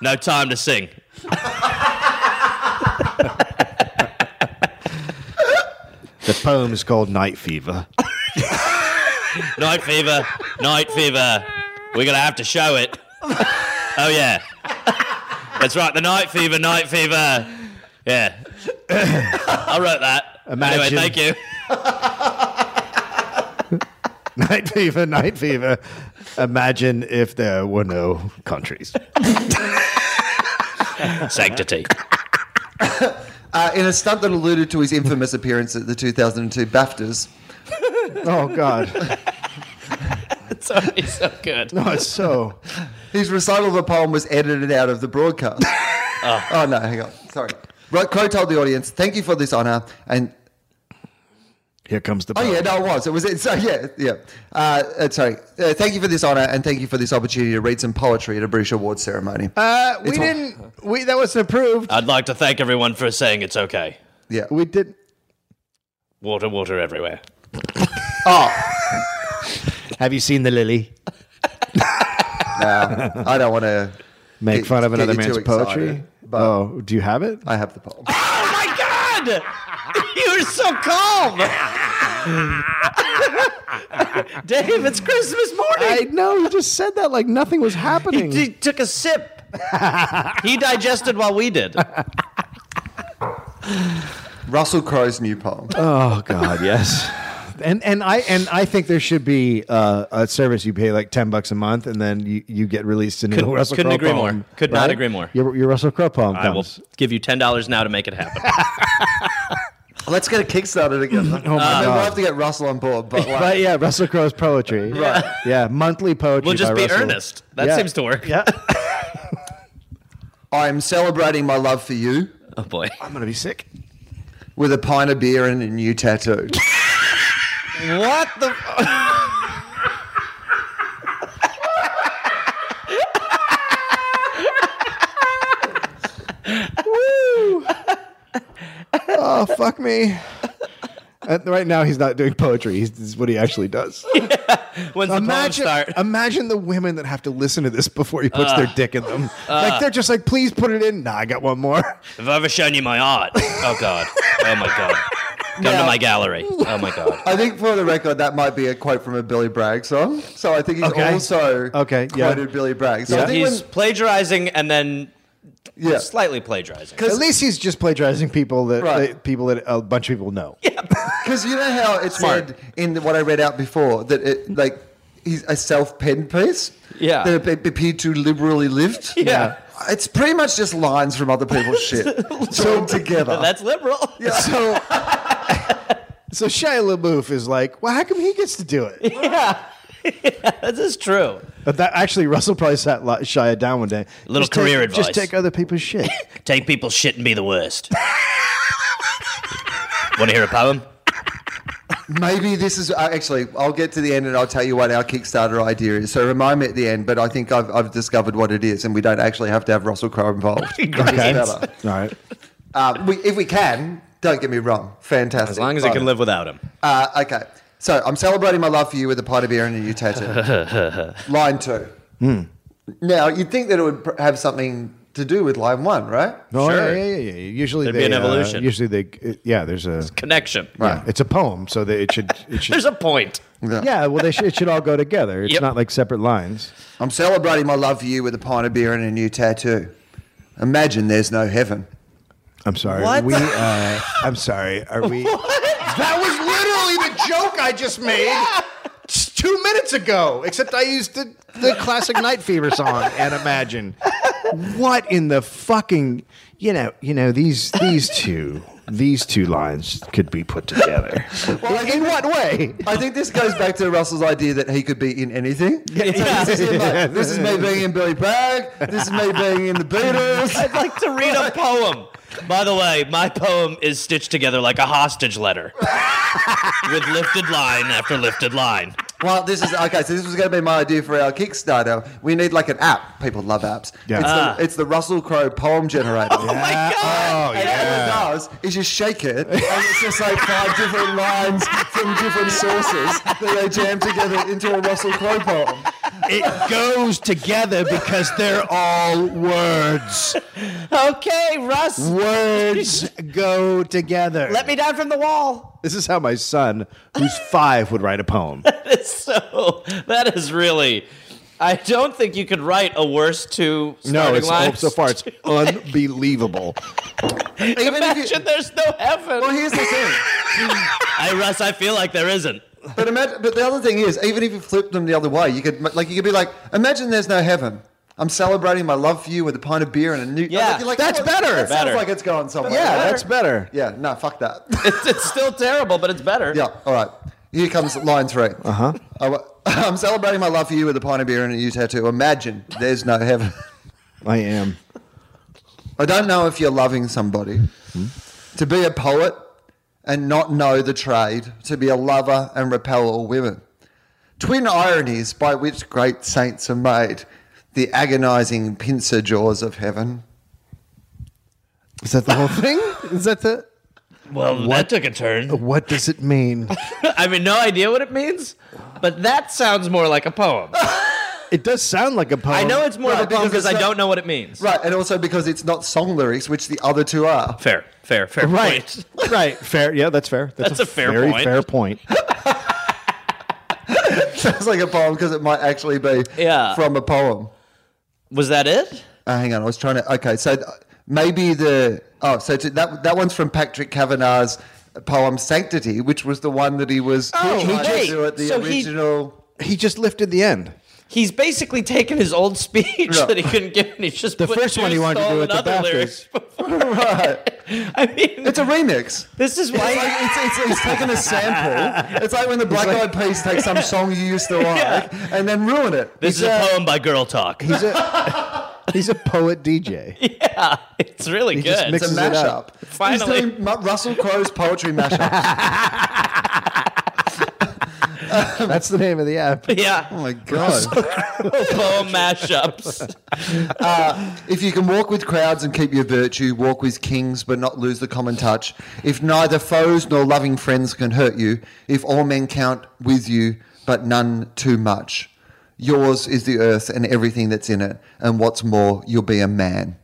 No time to sing. the poem is called Night Fever. Night fever, night fever. We're gonna have to show it. Oh yeah, that's right. The night fever, night fever. Yeah, I wrote that. Imagine. Anyway, thank you. Night fever, night fever. Imagine if there were no countries. Sanctity. Uh, in a stunt that alluded to his infamous appearance at the 2002 BAFTAs, Oh God! It's already so good. No, it's so. his recital of a poem was edited out of the broadcast. oh, no, hang on. Sorry. Right, Crow told the audience, thank you for this honour and Here comes the. Oh poem. yeah, no, it was. It was. It, so yeah, yeah. Uh, uh, sorry. Uh, thank you for this honor and thank you for this opportunity to read some poetry at a British awards ceremony. Uh, we It's all- didn't. We that wasn't approved. I'd like to thank everyone for saying it's okay. yeah. We did. Water, water everywhere. Have you seen the lily? I don't want to. Make Get- fun of get another you man's too excited, poetry. but- oh, do you have it? I have the poem. Oh my god! You're so calm! Dave, it's Christmas I morning! know you just said that like nothing was happening. he, he took a sip. he digested while we did. Russell Crowe's new poem. Oh God, yes. And and I and I think there should be uh, a service you pay like ten bucks a month, and then you, you get released into Couldn't- the Russell couldn't Crowe agree more. poem, Could not agree more. Your, your Russell Crowe poem I will comes. give you ten dollars now to make it happen. Let's get a Kickstarter together. oh my We'll God. have to get Russell on board, but like, But yeah, Russell Crowe's poetry. right. Yeah, monthly poetry. We'll just by be Russell. earnest. That Yeah. seems to work. Yeah. I'm celebrating my love for you Oh boy. I'm gonna be sick. with a pint of beer and a new tattoo. What the? Oh fuck me. Uh, right now, he's not doing poetry. He's, this is what he actually does. When's the poem Imagine, start? imagine the women that have to listen to this before he puts their dick in them. like they're just like, please put it in. Nah, I got one more. Have I ever shown you my art? Oh god. Oh my god. Come to my gallery. Oh my god. I think for the record, that might be a quote from a Billy Bragg song. So I think he's Okay. also Okay, yeah. quoted Billy Bragg. So I Yeah. think He's plagiarizing and then when, yeah. slightly plagiarizing. At least he's just plagiarizing people that Right. that- people that a bunch of people know. Because you know how it said in what I read out before that it like he's a self-penned piece. Yeah. That it appeared to liberally lived. Yeah. It's pretty much just lines from other people's shit thrown together. That's liberal. Yeah. So, so Shia LaBeouf is like, well, how come he gets to do it? This is true. But that actually, Russell probably sat li- Shia down one day. Little "Just take- career Just advice." take other people's shit. Take people's shit and be the worst. Want to hear a poem? Maybe this is uh, actually. I'll get to the end and I'll tell you what our Kickstarter idea is. So remind me at the end. But I think I've, I've discovered what it is, and we don't actually have to have Russell Crowe involved. Okay. That's better. All right. Uh, we, if we can, don't get me wrong. Fantastic. As long as I can live without him. Uh, okay. So I'm celebrating my love for you with a pint of beer and a new tattoo. line two. Now, you'd think that it would pr- have something to do with line one, right? Oh, yeah, Sure. yeah, yeah, yeah. Usually There'd they, be an uh, evolution. usually they, uh, yeah. There's a, Connection. yeah, it's a poem, so that it should, it should. There's a point. yeah, well, they should, it should all go together. It's Yep. not like separate lines. I'm celebrating my love for you with a pint of beer and a new tattoo. Imagine there's no heaven. I'm sorry. What? We, uh, I'm sorry. Are we? That was literally the joke I just made just two minutes ago. Except I used the, the classic Night Fever song and Imagine. What in the fucking you know you know these these two these two lines could be put together. like in what way? I think this goes back to Russell's idea that he could be in anything. So this, is him, like, this is me being in Billy Bragg. This is me being in the Beatles. I'd like to read a poem. By the way, my poem is stitched together like a hostage letter with lifted line after lifted line. Well, this is okay. So this was going to be my idea for our Kickstarter. We need like an app. People love apps. Yeah. It's, Ah. the, it's the Russell Crowe poem generator. Uh, Oh my god! And all it does is just shake it, and it's just like five different lines from different sources that they jam together into a Russell Crowe poem. It goes together because they're all words. Okay, Russ, Words go together. let me down from the wall. This is how my son, who's five, would write a poem. It's so that is really. I don't think you could write a worse two starting No, it's lines. so far it's unbelievable. Even if you, Imagine there's no heaven. well, here's the thing. Hey, Russ, I feel like there isn't. But imagine. But the other thing is, even if you flip them the other way, you could like you could be like, imagine there's no heaven. I'm celebrating my love for you with a pint of beer and a new. Yeah. You're That's "Oh, better. That sounds Better. like it's going somewhere. Yeah, that's better. Yeah, no, fuck that. It's, it's still terrible, but it's better. yeah, all right. Here comes line three. Uh-huh. I'm celebrating my love for you with a pint of beer and a new tattoo. Imagine there's no heaven. I am. I don't know if you're loving somebody. Hmm? To be a poet and not know the trade, to be a lover and repel all women. Twin ironies by which great saints are made, the agonizing pincer jaws of heaven. Is that the whole thing? Is that the? Well, that took a turn. What does it mean? I mean, no idea what it means, but that sounds more like a poem. It does sound like a poem. I know it's more Right, of a poem because because I it's not- don't know what it means. Right, and also because it's not song lyrics, which the other two are. Fair, fair, fair right, point. right. Fair. Yeah, that's fair. That's a fair very point. fair point. Sounds like a poem because it might actually be Yeah. from a poem. Was that it? Uh, hang on, I was trying to. Okay, so th- maybe the Oh, so to, that that one's from Patrick Kavanagh's poem "Sanctity," which was the one that he was Oh, trying to wait. do at the So he- original. He just lifted the end. He's basically taken his old speech Yeah. that he couldn't give, and he's just The put first one he Juice wanted to Stall do at and the other Baftas. lyrics before. right, I mean, it's a remix. this is It's why. like it's, it's, it's taken a sample. It's like when the Black Eyed Peas take some song you used to like and then ruin it. this is a poem by Girl Talk. He's a he's a poet DJ. yeah, it's really just good. It's a mixes it mashup. up. Finally. He's doing Mu- Russell Crowe's poetry mashup. That's the name of the app. oh yeah, my god! poem mashups. if you can walk with crowds and keep your virtue, walk with kings but not lose the common touch. If neither foes nor loving friends can hurt you, if all men count with you but none too much, yours is the earth and everything that's in it, and what's more, you'll be a man.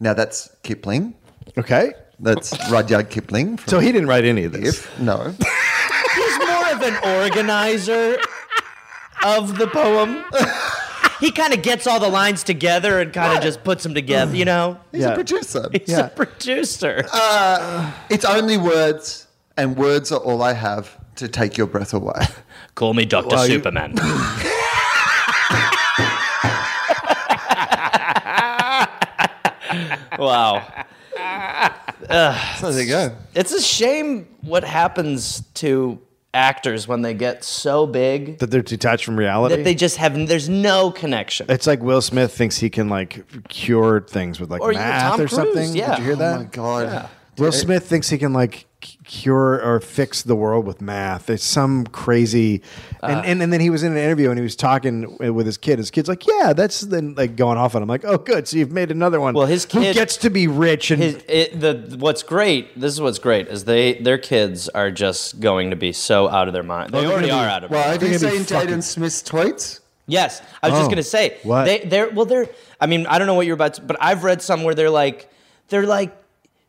Now that's Kipling. Okay. That's Rudyard Kipling. From So he didn't write any of this. if no. He's more of an organizer of the poem. He kind of gets all the lines together and kind of just puts them together, you know? He's Yeah. a producer. He's Yeah. a producer. It's only words, and words are all I have to take your breath away. Call me Dr. Superman. wow. So there you go. It's a shame what happens to actors when they get so big That they're detached from reality. that they just have there's no connection. it's like Will Smith thinks he can like cure things with like Or even math Tom or Cruise, something. yeah. Did you hear Oh that? my god. Will Smith thinks he can like c- cure or fix the world with math. It's some crazy, Uh. and, and and then he was in an interview and he was talking with his kid. His kid's like, "Yeah, that's then like going off on." him. I'm like, "Oh, good. So you've made another one." Well, his who kid- gets to be rich and His, it, the what's great. This is what's great is they their kids are just going to be so out of their mind. They already are out of. their Well, mind. have you gonna be seen fucking- Jaden Smith's tweets? Yes, I was Oh, just gonna say what? they they're well they're. I mean, I don't know what you're about, to, but I've read somewhere they're like they're like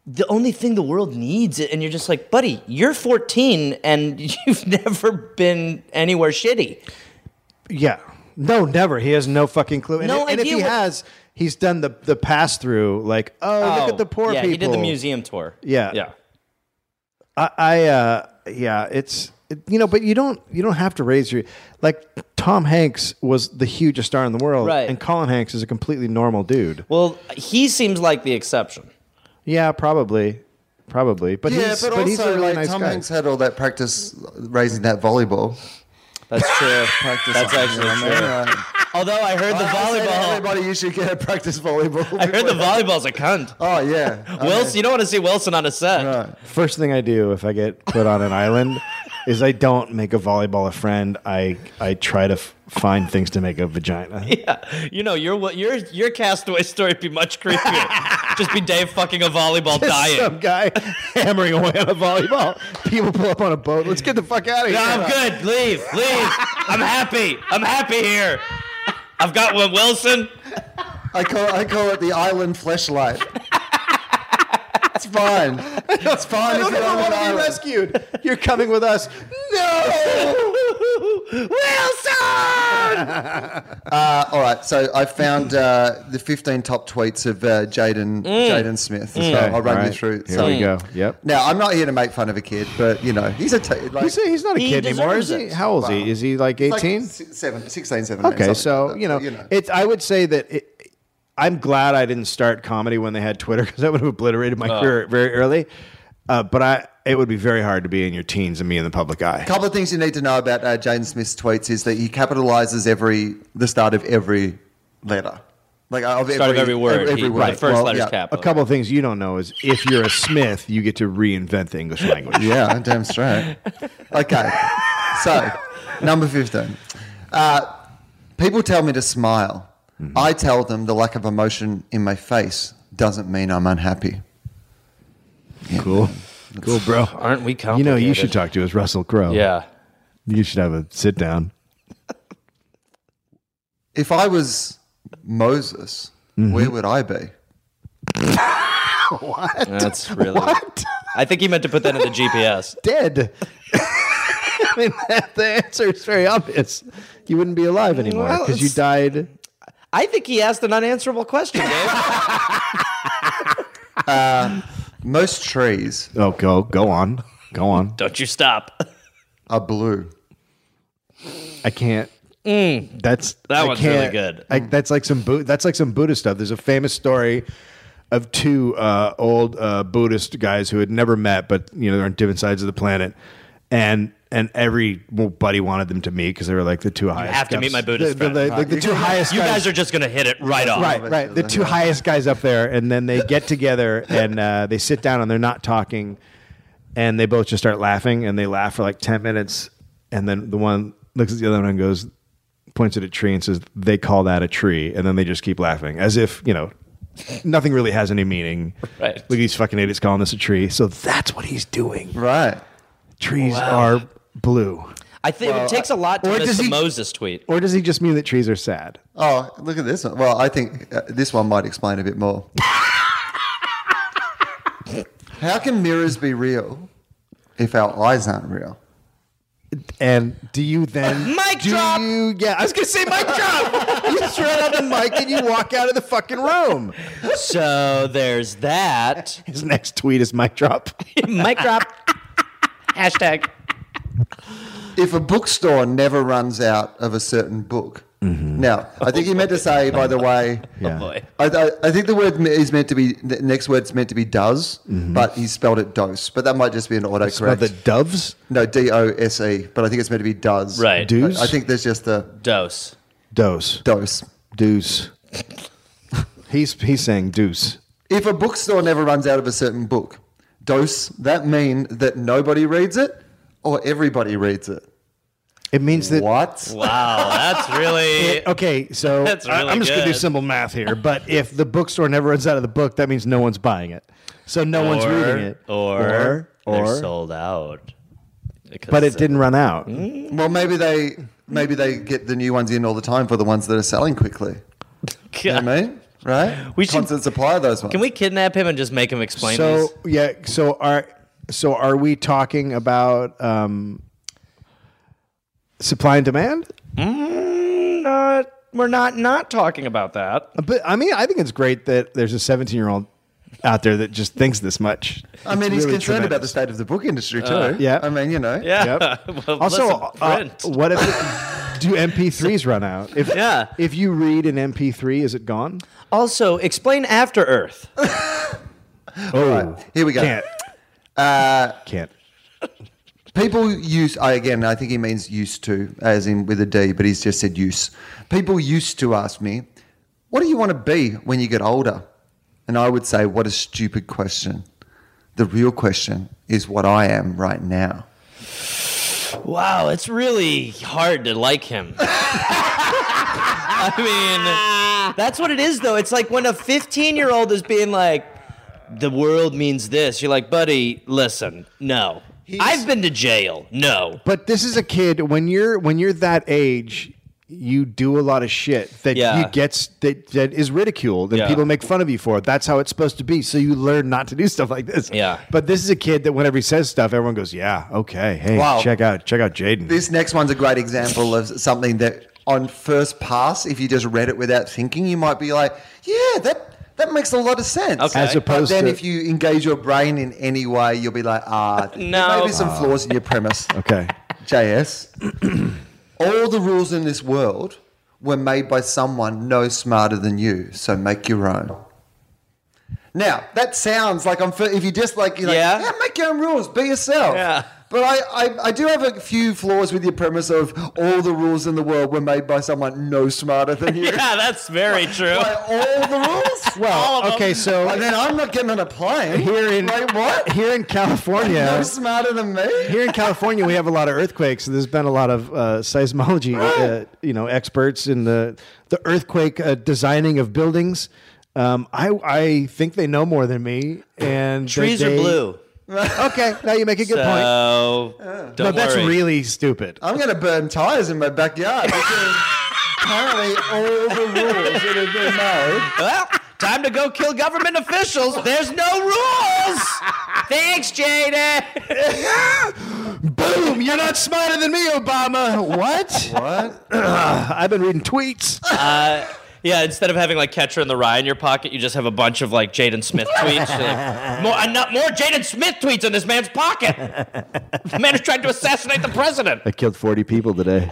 the only thing the world needs, and you're just like, buddy, you're 14 and you've never been anywhere shitty. yeah, no, never. He has no fucking clue. And, No and if idea he what- has, he's done the the pass through. Like, oh, look at the poor yeah, people. he did the museum tour. Yeah. yeah. I, I uh, yeah, it's it- you know, but you don't you don't have to raise your like Tom Hanks was the hugest star in the world, Right. And Colin Hanks is a completely normal dude. Well, he seems like the exception. Yeah, probably, probably. But Yeah, he's, but, but, also he's a really like nice Tom guy. Hanks had all that practice raising that volleyball. That's true. Practice That's actually true. Although I heard the volleyball. uh, Everybody, you should get a practice volleyball. I heard the volleyball's a cunt. Oh yeah. Wilson, you don't want to see Wilson on a set. First thing I do if I get put on an island is I don't make a volleyball a friend. I I try to f- find things to make a vagina. Yeah, you know your your your castaway story would be much creepier. Just be Dave fucking a volleyball dying. Some guy hammering away on a volleyball. People pull up on a boat. Let's get the fuck out of No, here. I'm good. Leave, leave. I'm happy. I'm happy here. I've got one, Wilson. I call I call it the island fleshlight. it's fine. It's fine if don't you're ever on an want to be island. rescued. You're coming with us. No, Wilson. Uh, all right, so I found uh, the 15 top tweets of uh, Jaden Jaden Smith. So I'll run you through. Mm. Here so we go. Yep. now I'm not here to make fun of a kid, but you know he's a t- like, He's, he's not a He kid anymore, is deserves he? it. How old is he? Is he like like 18? si- seven- 16, 17, okay, something so like that. you know, it's. I would say that it, I'm glad I didn't start comedy when they had Twitter because that would have obliterated my career very early. Uh, but I, it would be very hard to be in your teens and be in the public eye. couple of things you need to know about uh, Jaden Smith's tweets is that he capitalizes every the start of every letter, like of Start every, of every word. Every, He- word. The first Well, letter's yeah. cap. A couple of things you don't know is if you're a Smith, you get to reinvent the English language. Yeah, damn straight. Okay, so number fifteen. Uh, people tell me to smile. Mm-hmm. I tell them the lack of emotion in my face doesn't mean I'm unhappy. Cool, cool, bro. Aren't we You know, complicated? who you should talk to is Russell Crowe. Yeah. you should have a sit down. If I was Moses, Mm-hmm. where would I be? That's really. I think he meant to put that in the GPS. Dead. I mean, that, the answer is very obvious. You wouldn't be alive anymore Well, because you it's- died. I think he asked an unanswerable question, Dave. Most trees Oh, go go on, go on. Don't you stop. are blue. I can't. Mm. That's That I one's really can't- good. I, that's like some Bu- that's like some Buddhist stuff. There's a famous story of two uh, old uh, Buddhist guys who had never met, but you know they're on different sides of the planet, and and everybody wanted them to meet because they were like the two highest. have to guys- meet my Buddhist the, the- friend. like the two highest. You guys are just gonna hit it right off. Right, right. The two highest guys up there, and then they get together and uh, they sit down and they're not talking, and they both just start laughing and they laugh for like ten minutes, and then the one looks at the other one and goes, points at a tree and says, "They call that a tree," and then they just keep laughing as if you know nothing really has any meaning. Right. Look at these fucking idiots calling this a tree. So that's what he's doing. Right. Trees are blue. I think it takes a lot to or miss does the he- Moses tweet. Or does he just mean that trees are sad? Oh, look at this one. Well, I think uh, this one might explain a bit more. How can mirrors be real if our eyes aren't real? And do you then Mic do drop! You, yeah, I was gonna say mic drop. you just ran out the mic and you walk out of the fucking room. So there's that. His next tweet is mic drop. Mic drop. Hashtag. if a bookstore never runs out of a certain book. Now, I think you meant to say, by the way, Yeah. Boy. I, I, I think the word me- is meant to be, the next word's meant to be does, but he spelled it dose. But that might just be an autocorrect. Correct. the doves, no, D O S E, but I think it's meant to be does. Right. I, Deuce? I think there's just the Dose. dose, dose. deuce. he's he's saying deuce. If a bookstore never runs out of a certain book, dose, that mean that nobody reads it or everybody reads it? It means that. What? Wow, that's really. Okay, so That's I- really I'm just gonna do good. simple math here. But if the bookstore never runs out of the book, that means no one's buying it. So no one's or, reading it. Or, or, they're or- sold out. but it didn't run out. Hmm? Well, maybe they maybe they get the new ones in all the time for the ones that are selling quickly. You know what I mean? Right? We should- Constant supply of those ones. Can we kidnap him and just make him explain so these? yeah so are so are we talking about um supply and demand Not, we're not not talking about that. Uh, but i mean i think it's great that there's a 17 year old out there that just thinks this much I mean, It's he's really concerned about the tremendous. state of the book industry too. yeah. I mean, you know. Yeah. Yep. well, also listen, uh, print. what if do mp3s run out if Yeah. if you read an mp3 is it gone also, explain After Earth. oh Here we go. can't can't People use I again. I think he means used to, as in with a D, but he's just said use. People used to ask me, "What do you want to be when you get older?" And I would say, "What a stupid question." The real question is what I am right now. Wow, it's really hard to like him. I mean, that's what it is, though. It's like when a 15 year old is being like, the world means this. You're like, buddy, listen, no. I've been to jail. No. But this is a kid when you're when you're that age, you do a lot of shit that Yeah. you gets that, that is ridiculed and Yeah. people make fun of you for. That's how it's supposed to be. So you learn not to do stuff like this. Yeah. But this is a kid that whenever he says stuff, everyone goes, "Yeah, okay, hey, Wow. check out check out Jaden." This next one's a great example of something that on first pass, if you just read it without thinking, you might be like, yeah, that that makes a lot of sense. Okay. As but opposed then to- if you engage your brain in any way, you'll be like, ah, No. there may be some flaws in your premise. okay. JS. All the rules in this world were made by someone no smarter than you, so make your own. Now that sounds like I'm. If you just like, you're like, Yeah. yeah. make your own rules, be yourself. Yeah. But I, I, I do have a few flaws with your premise of all the rules in the world were made by someone no smarter than you. Yeah, that's very true. By all the rules. Well, okay, so And then I'm not getting on a plane. here in like what? here in No California. smarter than me. Here in California, we have a lot of earthquakes. and There's been a lot of uh, seismology, uh, you know, experts in the the earthquake uh, designing of buildings. Um, I I think they know more than me. And Trees they- are blue. Okay, now you make a good point. So, don't Uh. No, that's worry. really stupid. I'm going to burn tires in my backyard because apparently all the rules that have been made. Well, time to go kill government officials. There's no rules. Thanks, Jaden. Boom! You're not smarter than me, Obama. What? What? I've been reading tweets. Yeah, instead of having like Catcher in the Rye in your pocket, you just have a bunch of like Jaden Smith tweets. You're like, more, enough, more Jaden Smith tweets in this man's pocket. The man is trying to assassinate the president. I killed 40 people today.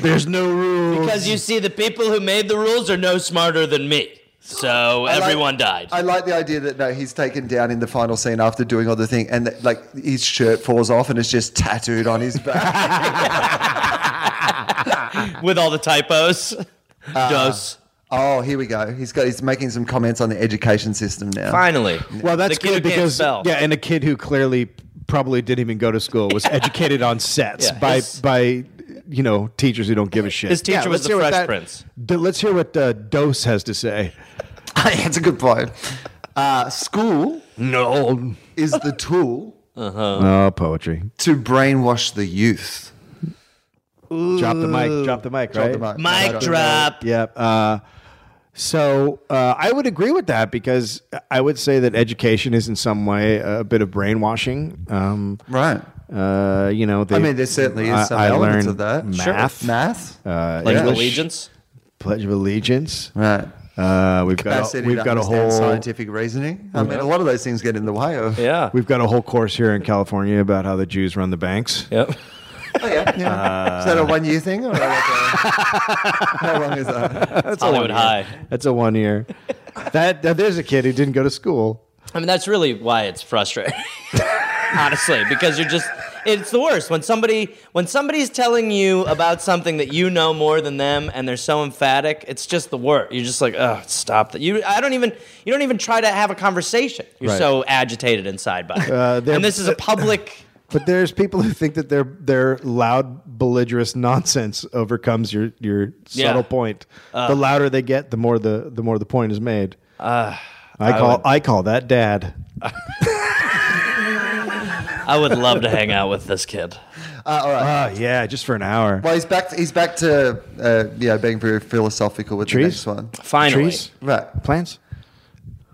There's no rules. Because you see, the people who made the rules are no smarter than me. So I like- everyone died. I like the idea that no, he's taken down in the final scene after doing all the thing, and that, like his shirt falls off and it's just tattooed on his back. with all the typos. Does. oh, here we go. He's got. He's making some comments on the education system now. Finally. Well, that's The kid who good can't because spell. yeah, and a kid who clearly probably didn't even go to school was educated on sets Yeah. by His- by you know teachers who don't give a shit. His teacher Yeah, was let's the hear what Fresh that- Prince. D- let's hear what uh, Dose has to say. That's a good point. Uh, school No, is the tool oh poetry. to brainwash the youth. Drop the mic. Drop the mic. Right. Drop the mic. Mic drop. Yeah. Uh, so uh, I would agree with that because I would say that education is in some way a bit of brainwashing. Um, Right. uh, you know, they, I mean, there certainly is some elements of that. Math, Math. uh, Like English, allegiance. Pledge of Allegiance. right. Uh, we've got Capacity a, we've to got a understand whole scientific reasoning. I mean, a lot of those things get in the way of. Yeah. we've got a whole course here in California about how the Jews run the banks. Yep. Oh, Uh, yeah. yeah. is that a one-year thing? Or like a, how long is that? That's Hollywood High. That's a one year. that, that there's a kid who didn't go to school. I mean, that's really why it's frustrating. Honestly, because you're just it's the worst when somebody when somebody's telling you about something that you know more than them and they're so emphatic, it's just the worst. You're just like, "Oh, stop that." You I don't even you don't even try to have a conversation. You're Right. Uh, so agitated inside by it. they're- and this is a public But there's people who think that their their loud belligerous nonsense overcomes your your Yeah. subtle point. the louder they get, the more the the more the point is made. I call I, call that dad. I would love to hang out with this kid. Ah, yeah, just for an hour. Well, he's back. He's back to uh, you know being very philosophical with Trees? the next one. Finally. Trees, Right. plants.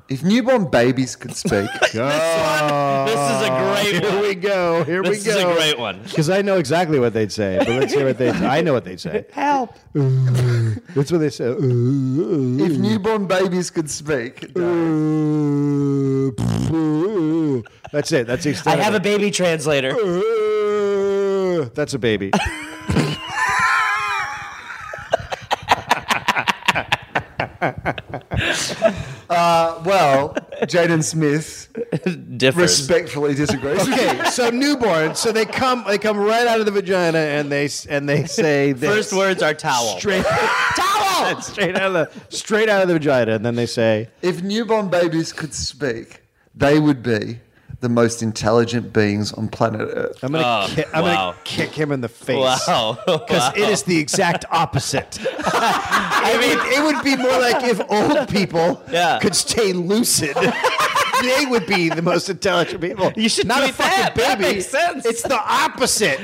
If newborn babies could speak, This is a great Uh, Here one. we go. Here This we is go. a great one. Because I know exactly what they'd say, but let's hear what they. I know what they'd say. Help! That's what they say. if newborn babies could speak, That's it. That's the I extent. have a of baby translator. it. That's a baby. well, Jaden Smith Differs. respectfully disagrees. Okay, so newborn. So they come. They come right out of the vagina, and they s- and they say this. First words are towel. Straight, towel. Straight out of the straight out of the vagina, and then they say, If newborn babies could speak, they would be the most intelligent beings on planet Earth. "I'm gonna, ki- I'm Oh, wow. gonna kick him in the face." Wow. Because it is the exact opposite. I mean, it would be more like if old people Yeah. could stay lucid. They would be the most intelligent people. You should not a tweet fucking that. That baby. makes sense. It's the opposite.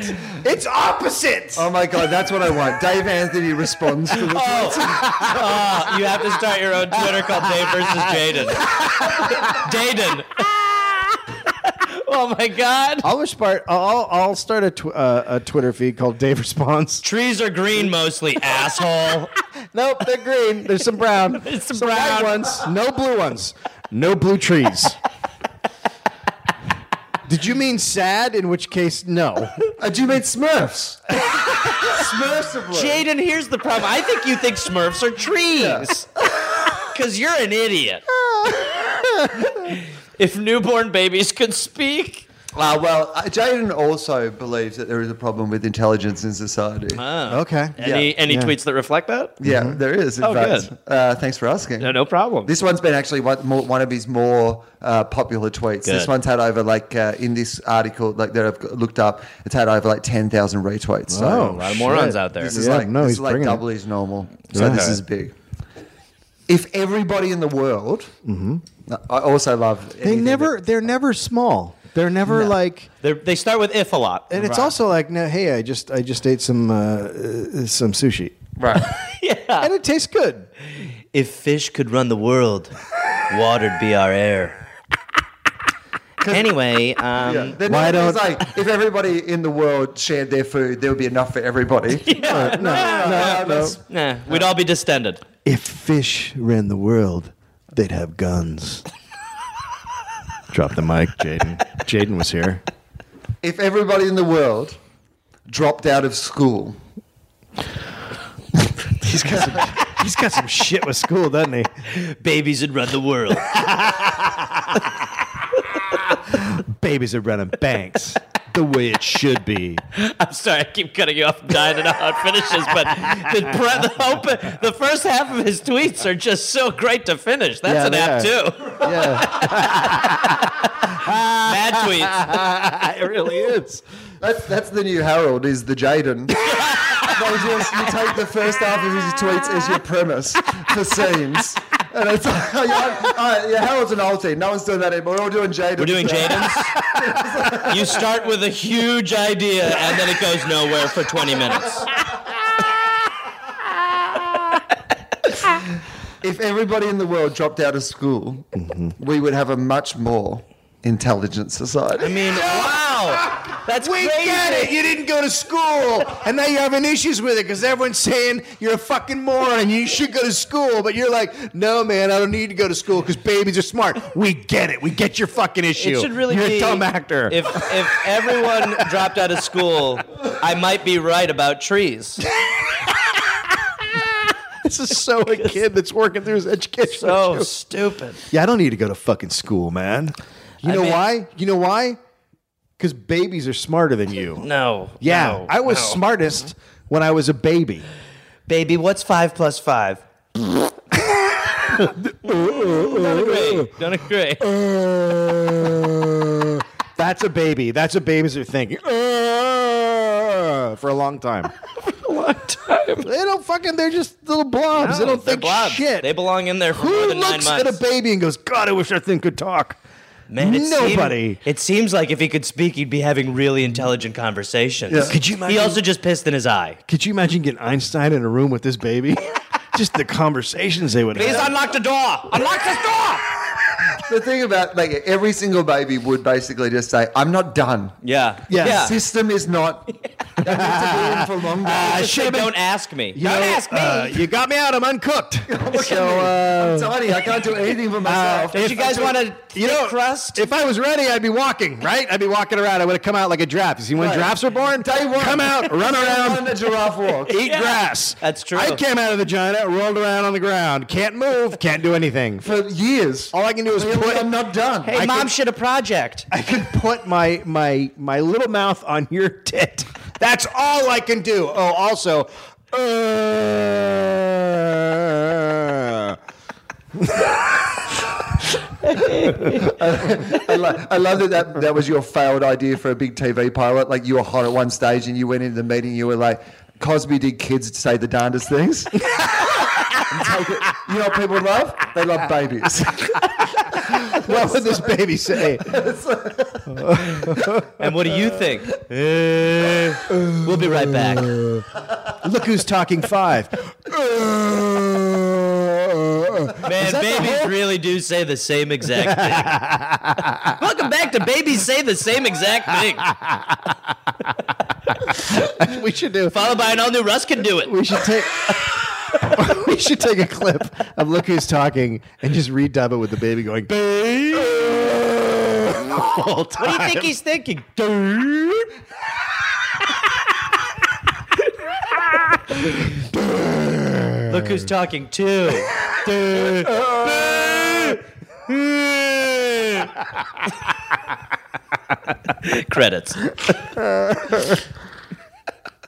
It's opposite. Oh my god, that's what I want. Dave Anthony responds to the Oh, you have to start your own Twitter called Dave versus Jaden. Jaden. oh my God. I'll respond. I'll I'll start a, tw- uh, a Twitter feed called Dave Response. Trees are green mostly, asshole. Nope, they're green. There's some brown. It's some white brown. ones. No blue ones. No blue trees. Did you mean sad? In which case, no. Uh, do you mean Smurfs? Smurfs of Love. Jaden, here's the problem. I think you think Smurfs are trees. Because you're an idiot. if newborn babies could speak. Uh, well, uh, Jaden also believes that there is a problem with intelligence in society. Ah. Okay. Any, Yeah, any yeah. tweets that reflect that? yeah, there is. In Oh, fact. good. Uh, thanks for asking. No, no problem. This one's been actually one, more, one of his more uh, popular tweets. This Good. one's had over like uh, in this article like that I've looked up. It's had over like ten thousand retweets. So a lot of morons out there. this is Yeah, like no, this he's is like bringing it. double his normal. So this is big. If everybody in the world, I also love. Mm-hmm. They anything never. They're never small. They're never like. They're, they start with if a lot. And it's also like, no, hey, I just I just ate some uh, uh, some sushi, that- right. and it tastes good. If fish could run the world, water'd be our air. Anyway, um, Then Why Why don't- don't like if everybody in the world shared their food, there would be enough for everybody. No, no, no, no. nah, we'd all be distended. If fish ran the world, they'd have guns. Drop the mic, Jaden. Jaden was here. If everybody in the world dropped out of school, He's got some shit with school, doesn't he? Babies would run the world. Babies are running banks the way it should be. I'm sorry, I keep cutting you off. I'm dying to know how it finishes, but the, pre- the, open, the first half of his tweets are just so great to finish. Yeah, That's they an app too. Yeah, Mad tweets. it really is. that's that's the new Harold is the Jaden. they just you take the first half of his tweets as your premise for scenes. And it's like, oh, yeah, oh, yeah, Harold's an old team. No one's doing that anymore. We're all doing Jaden. We're doing Jaden's. You start with a huge idea and then it goes nowhere for 20 minutes. If everybody in the world dropped out of school, we would have a much more intelligent society. I mean, wow. That's We crazy. get it. You didn't go to school, and now you're having issues with it because everyone's saying you're a fucking moron and you should go to school. But you're like, no, man, I don't need to go to school because babies are smart. We get it. We get your fucking issue. It should really you're be a dumb actor. If if everyone dropped out of school, I might be right about trees. This is so a kid that's working through his education. So stupid. yeah, I don't need to go to fucking school, man. You I know mean- why? You know why? Because babies are smarter than you. No. Yeah, no, I was no. smartest when I was a baby. Baby, what's five plus five? Don't agree. Don't agree. Uh, that's a baby. That's what babies are thinking. Uh, for a long time. They don't fucking. They're just little blobs. they No, don't they're think blobs. shit. They belong in there for more Who than nine looks months. at a baby and goes, "God, I wish that thing could talk." Man, it Nobody. Seemed, it seems like if he could speak, he'd be having really intelligent conversations. Could you He imagine- also just pissed in his eye. Could you imagine getting Einstein in a room with this baby? Just the conversations they would have. unlock the door. Unlock this door. the thing about like every single baby would basically just say, "I'm not done. Yeah. Yeah. The system is not. I need to be in for longer. Say, don't ask me. You know, uh, you got me out. I'm uncooked. so, uh, I'm tiny. I can't do anything for myself. Did you guys want a you thick know, crust? if I was ready, I'd be walking, right? I'd be walking around. I would have come out like a giraffe. You see, when Right. giraffes are born, Day one. come out, run on around, a giraffe walk. eat grass. That's true. I came out of the vagina, rolled around on the ground, can't move, can't do anything. for years. All I can do is Really, put, I'm not done. Hey, I mom, could- should a project. I can put my my my little mouth on your tit. That's all I can do. Oh, also. Uh, I, lo- I love that, that that was your failed idea for a big TV pilot. Like you were hot at one stage, and you went into the meeting. You were like, "Cosby did kids say the darndest things." And take it- you know what people love? They love babies. what would this baby say? And what do you think? we'll be right back. Look who's talking five. Uh, Man, babies really do say the same exact thing. Welcome back to Babies Say the Same Exact Thing, we should do. followed by an all new Russ Can Do It. We should take. we should take a clip of "Look Who's Talking" and just redub it with the baby going "baby." the whole What do you time. think he's thinking? Look who's talking too. Credits.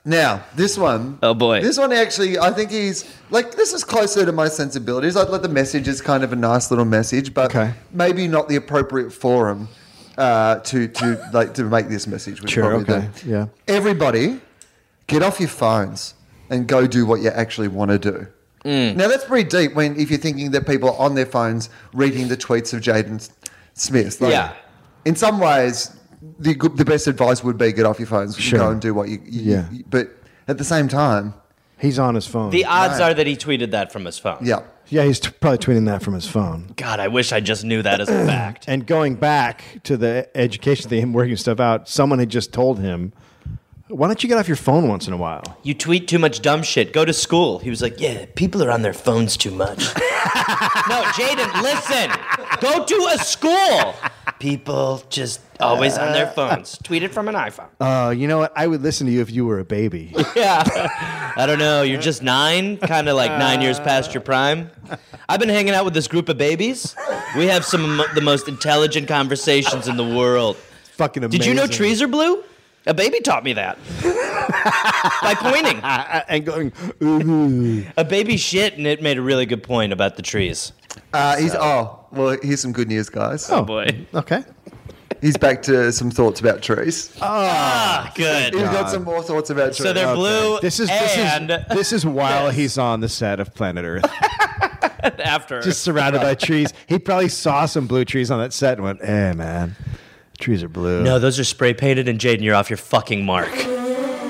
Now, this one. Oh, boy. This one actually, I think he's like this is closer to my sensibilities. I'd let the message is kind of a nice little message, but Okay. maybe not the appropriate forum uh, to to like to make this message. was Sure, probably okay, the- yeah. Everybody, get off your phones and go do what you actually want to do. Mm. Now that's pretty deep. When if you're thinking that people are on their phones reading the tweets of Jaden Smith, like, Yeah. In some ways, the good, the best advice would be get off your phones, Sure. go and do what you, you Yeah. but at the same time, He's on his phone. The odds are that he tweeted that from his phone. Yeah. yeah, he's t- probably tweeting that from his phone. God, I wish I just knew that as a fact. And going back to the education thing, him working stuff out, someone had just told him, "Why don't you get off your phone once in a while?" You tweet too much dumb shit. Go to school. He was like, yeah, people are on their phones too much. no, Jaden, listen. Go to a school. People just uh, always on their phones. Tweet it from an iPhone. Uh, you know what? I would listen to you if you were a baby. yeah. I don't know. You're just nine, kind of like nine years past your prime. I've been hanging out with this group of babies. We have some of the most intelligent conversations in the world. Fucking amazing. Did you know trees are blue? A baby taught me that by pointing. I- I- and going, "Ooh." A baby shit, and it made a really good point about the trees. Uh, he's oh well. Here's some good news, guys. oh boy. okay. He's back to some thoughts about trees. Oh, Ah, good. He's got some more thoughts about trees. So they're blue. This is this and is this is while he's on the set of Planet Earth, after. just surrounded by trees. He probably saw some blue trees on that set and went, "Hey, man, trees are blue." no, those are spray painted, and Jaden, you're off your fucking mark.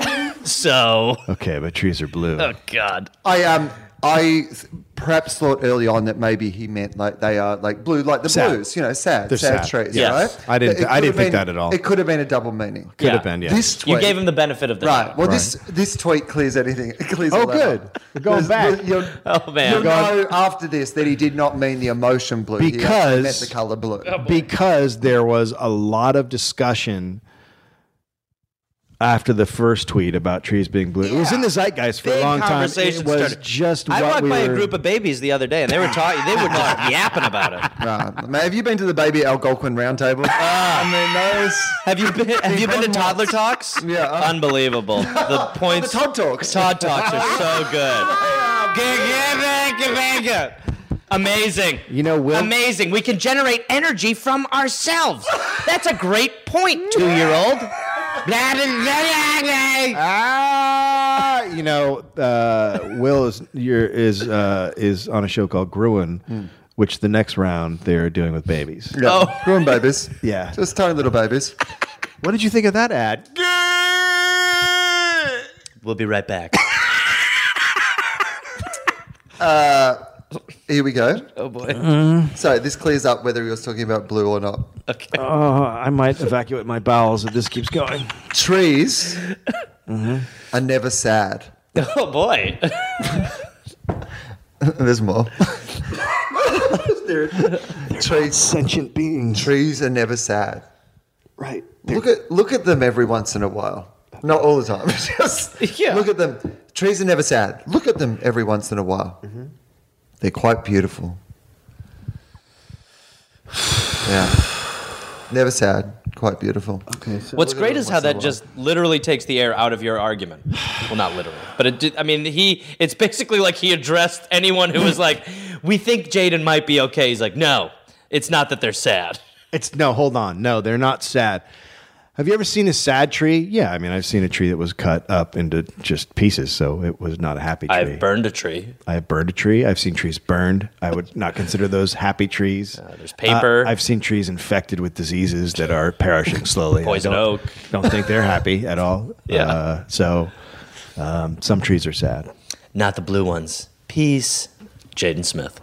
so, Okay, but trees are blue. oh god. I um I th- perhaps thought early on that maybe he meant like they are like blue, like the Sad. blues, you know, sad, They're sad, sad. trees, Yes. right? I didn't- But it I could have didn't think been- that at all. It could have been a double meaning. Could have been, yeah. This tweet, You gave him the benefit of the right. doubt. Well, this this tweet clears anything. It clears. Oh, all that good. up. We're going There's- back. You'll, Oh, man. you'll We're know after this that he did not mean the emotion blue. He actually Because- meant the color blue. Oh, because there was a lot of discussion after the first tweet about trees being blue. It was in the zeitgeist for Big a long time. It conversation was started. just I what walked we by were- a group of babies the other day, and they were talking. They were just yapping about it. Right. Mate, Have you been to the baby Algonquin roundtable? I mean, those. Have you been? Have you been to toddler talks? Yeah, uh. unbelievable. The points. Todd talks. Todd talks are so good. G- yeah, thank you, thank you. Amazing. You know, Will- Amazing. We can generate energy from ourselves. That's a great point, two-year-old. Blah, blah, blah, blah, blah. Ah, you know, uh, Will is you're, is uh, is on a show called Gruen, Hmm. which the next round they're doing with babies. Yeah. Grown babies. Yeah. Just tiny little babies. What did you think of that ad? We'll be right back. Here we go. Oh boy. So this clears up whether he was talking about blue or not. Okay. Oh, I might evacuate my bowels if this keeps going. Trees are never sad. Oh boy. There's more. trees, Sentient beings, trees are never sad. right? Look at look at them every once in a while. Not all the time. Just Yeah. look at them. Trees are never sad. Look at them every once in a while. Mm-hmm. They're quite beautiful. Yeah. Never sad. Quite beautiful. Okay. What's great is how that just literally takes the air out of your argument. Well, not literally, but it did, I mean, he. It's basically like he addressed anyone who was like, "We think Jaden might be okay." He's like, "No, it's not that they're sad." It's no, hold on. No, they're not sad. Have you ever seen a sad tree? Yeah, I mean, I've seen a tree that was cut up into just pieces, so it was not a happy tree. I've burned a tree. I've burned a tree. I've seen trees burned. I would not consider those happy trees. Uh, Uh, there's paper. I've seen trees infected with diseases that are perishing slowly. I Poison oak. don't- Don't think they're happy at all. Yeah. Uh, so um, some trees are sad. Not the blue ones. Peace, Jaden Smith.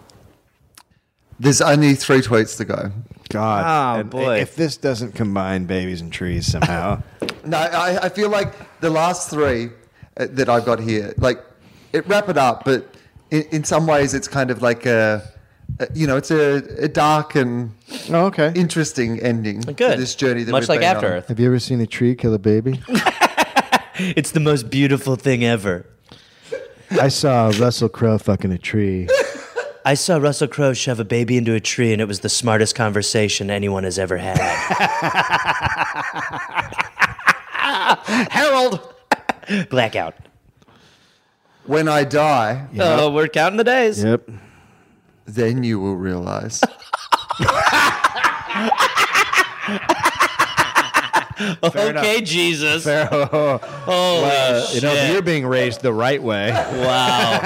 There's only three tweets to go. God. Oh, And boy. If this doesn't combine babies and trees somehow. No, I, I feel like the last three uh, that I've got here, like, it wrap it up, but in, in some ways it's kind of like a, a- you know, it's a, a dark and oh, okay. interesting ending to Good. this journey that much we've like been After on. Earth. Have you ever seen a tree kill a baby? It's the most beautiful thing ever. I saw Russell Crowe fucking a tree. I saw Russell Crowe shove a baby into a tree, and it was the smartest conversation anyone has ever had. Harold! Blackout. When I die, Oh, we're counting the days. Yep. then you will realize. okay, Jesus. Holy You know, if shit. you're being raised the right way. Wow.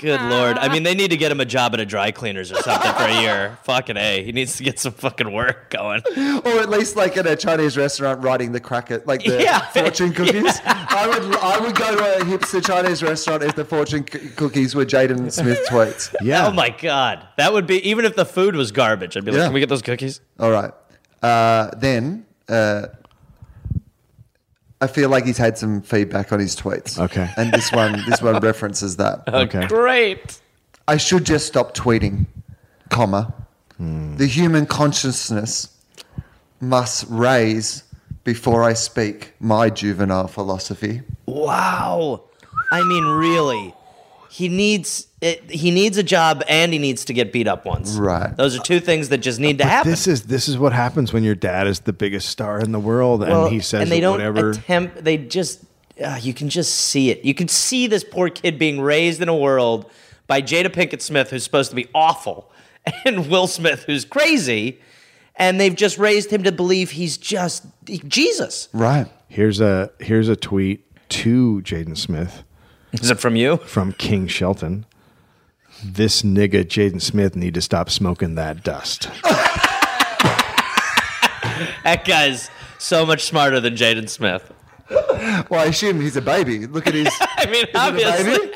Good lord. I mean, they need to get him a job at a dry cleaners or something for a year. Fucking A. He needs to get some fucking work going. or at least like in a Chinese restaurant writing the cracker, like the Yeah. fortune cookies. I would I would go to a hipster Chinese restaurant if the fortune c- cookies were Jaden Smith tweets. Oh my god. That would be even if the food was garbage, I'd be like, Yeah. Can we get those cookies? All right, uh, then uh, I feel like he's had some feedback on his tweets. Okay. and this one this one references that. Okay. Uh, Great. I should just stop tweeting, comma. The human consciousness must raise before I speak my juvenile philosophy. Wow. I mean, really. He needs it, he needs a job and he needs to get beat up once. Right. Those are two things that just need to happen. This is this is what happens when your dad is the biggest star in the world Well, and he says and they don't whatever. attempt they just uh, you can just see it you can see this poor kid being raised in a world by jada pinkett smith who's supposed to be awful and will smith who's crazy and they've just raised him to believe he's just jesus Right. here's a here's a tweet to Jaden Smith is it from you from King Shelton. This nigga Jaden Smith need to stop smoking that dust. that guy's so much smarter than jaden smith Well, I assume he's a baby. Look at his. i mean Is it a obviously baby?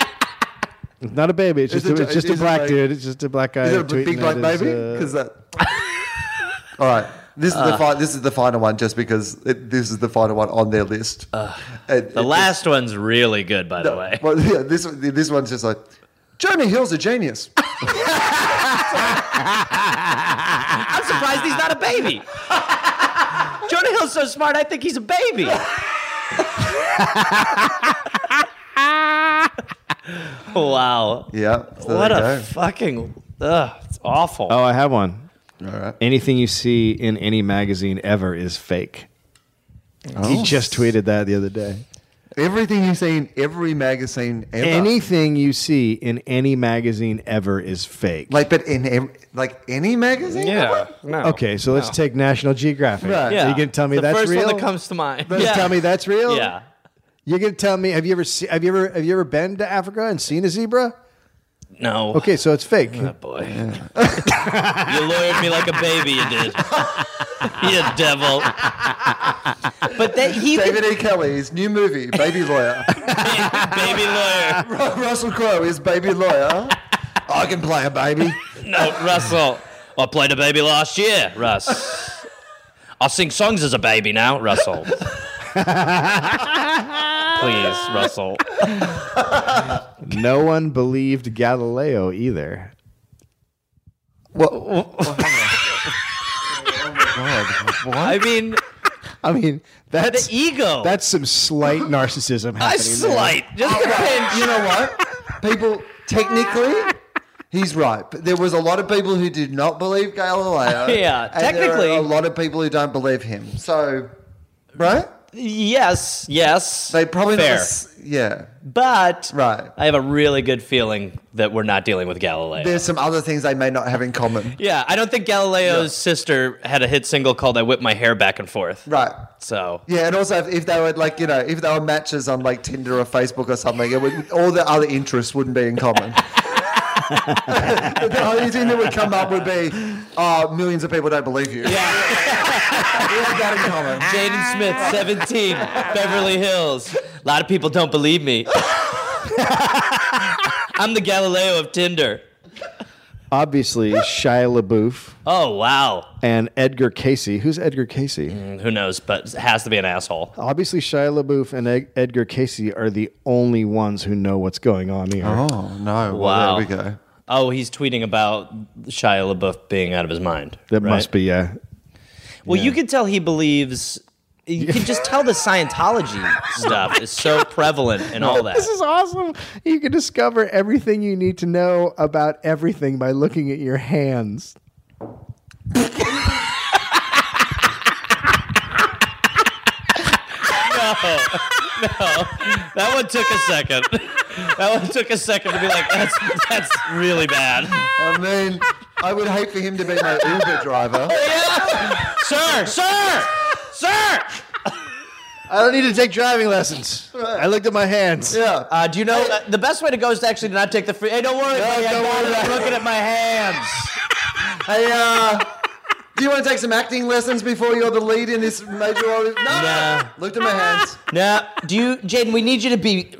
It's not a baby. It's Is just it- a, it's just a is it black like- dude. It's just a black guy. Is it a tweeting big black at his, baby? uh, Because that. All right. This is Uh. the fi- this is the final one, just because it, this is the final one on their list. And the it- last one's really good by the way Well, yeah, this this one's just like Jonah Hill's a genius. i'm surprised he's not a baby jonah hill's so smart i think he's a baby wow yeah. so there what you a go. fucking ugh, it's awful. oh, I have one. All right. Anything you see in any magazine ever is fake. Oh. He just tweeted that the other day. Everything you see in every magazine ever. Anything you see in any magazine ever is fake. like, but in ev- like any magazine. yeah. No. okay, so let's take National Geographic. Right. You can tell me the that's first real. one that comes to mind. You yeah. Tell me that's real. Yeah. You're gonna tell me? Have you ever see, have you ever have you ever been to Africa and seen a zebra? No. Okay, so it's fake. Oh, boy. you lured me like a baby. You did. you devil. But that he David E. Kelly's new movie, Baby Lawyer. baby lawyer. Russell Crowe is Baby Lawyer. I can play a baby. No, Russell. I played a baby last year, Russ. I sing songs as a baby now, Russell. Please, Russell. No one believed Galileo either. I mean, I mean, the that's ego. that's some slight narcissism happening. a there. slight, just a pinch. You know what? People, technically, he's right. But there was a lot of people who did not believe Galileo. Yeah, and there are technically- a lot of people who don't believe him. So, right? Yes, yes. They probably fair, Not, s- yeah. but Right. I have a really good feeling that we're not dealing with Galileo. There's some other things they may not have in common. yeah, I don't think Galileo's sister had a hit single called "I Whip My Hair Back and Forth." Right. So Yeah, and also if, if they were like you know if they were matches on like Tinder or Facebook or something, it would all the other interests wouldn't be in common. the only thing that would come up would be, oh, millions of people don't believe you. Yeah, we have that in common. Jaden Smith, seventeen, Beverly Hills. A lot of people don't believe me. I'm the Galileo of Tinder. Obviously, Shia LaBeouf Oh wow, and Edgar Casey. Who's Edgar Casey? Mm. who knows? But it has to be an asshole. Obviously, Shia LaBeouf and Ed- Edgar Casey are the only ones who know what's going on here. Oh no! Well, Wow. there we go. Oh, he's tweeting about Shia LaBeouf being out of his mind. That right? must be uh, yeah. Well, you can tell he believes. You can just tell the Scientology stuff is so prevalent in all that. This is awesome. You can discover everything you need to know about everything by looking at your hands. That one took a second. That one took a second to be like, that's that's really bad, I mean, I would hate for him to be my Uber driver. sir, sir, Sir! I don't need to take driving lessons. I looked at my hands. Yeah. Uh, do you know uh, the best way to go is to actually not take the free? Hey, don't worry, buddy, I don't got worry it. about I'm looking at my hands. Hey, uh, do you want to take some acting lessons before you're the lead in this major role? No. Nah. Looked at my hands. Now, do you, Jaden? We need you to be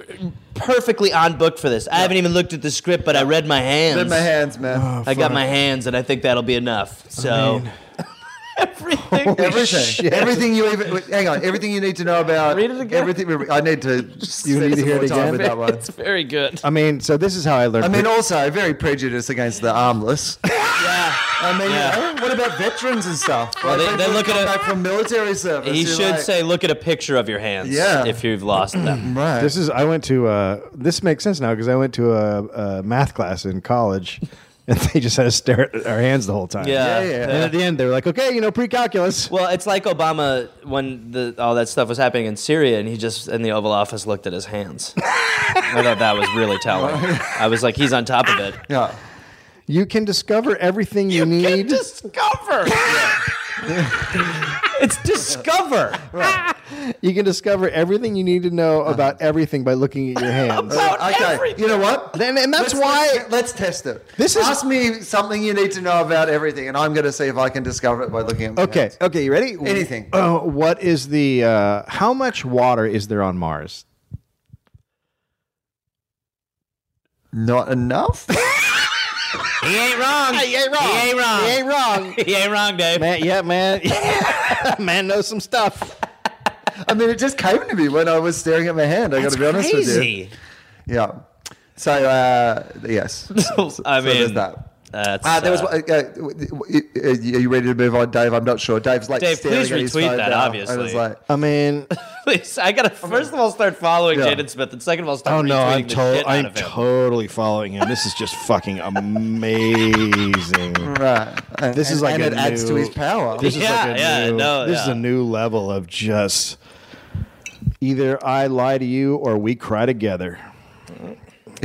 perfectly on book for this. I haven't even looked at the script, but I read my hands. Looked at my hands, man. I got my hands, and I think that'll be enough. So everything. Everything, everything you even wait, hang on, everything you need to know about Read it again. Everything I need to. You need to hear it again? With that one. It's very good. I mean, so this is how I learned. I mean, also very prejudiced against the armless. Yeah. I mean, Yeah. you know, what about veterans and stuff? Well, they- they look come at a- back from military service. He you're should like, say, "Look at a picture of your hands." Yeah. If you've lost them. right. This is I went to uh, this makes sense now because I went to a, a Uh, math class in college, and they just had us stare at our hands the whole time. Yeah. Yeah, yeah. And at the end, they were like, "Okay, you know, pre-calculus." Well, it's like Obama when the, all that stuff was happening in Syria, and he just in the Oval Office looked at his hands. I thought that was really telling. I was like, he's on top of it. yeah. You can discover everything you, need. discover. it's discover you can discover everything you need to know about everything by looking at your hands. Okay. You know what? and, and that's Let's- why Let's, let's test it. This is- ask me something you need to know about everything, and I'm going to see if I can discover it by looking at. my Okay. hands. Okay. You ready? Anything. Uh, what is the? Uh, how much water is there on Mars? Not enough. He ain't wrong. He ain't wrong. He ain't wrong. He ain't wrong. he ain't wrong, Dave. Man, yeah, man, man knows some stuff. I mean, it just came to me when I was staring at my hand. I got to be honest with you. Yeah. So uh, yes. I So there's mean, that. that's, Uh, there was. uh, Uh, uh, uh, are you ready to move on, Dave? I'm not sure. Dave's like Dave, staring please at his retweet phone that, now. obviously. I was like, I mean, Please, I gotta first of all start following Yeah. Jaden Smith, and second of all start. oh no, retweeting I'm the to- shit out I'm of him. totally following him. This is just fucking amazing. right. And- Uh, This is like and a it adds to new- his power. This is Yeah, like a yeah, new, no, this yeah. is a new level of just either I lie to you or we cry together. Is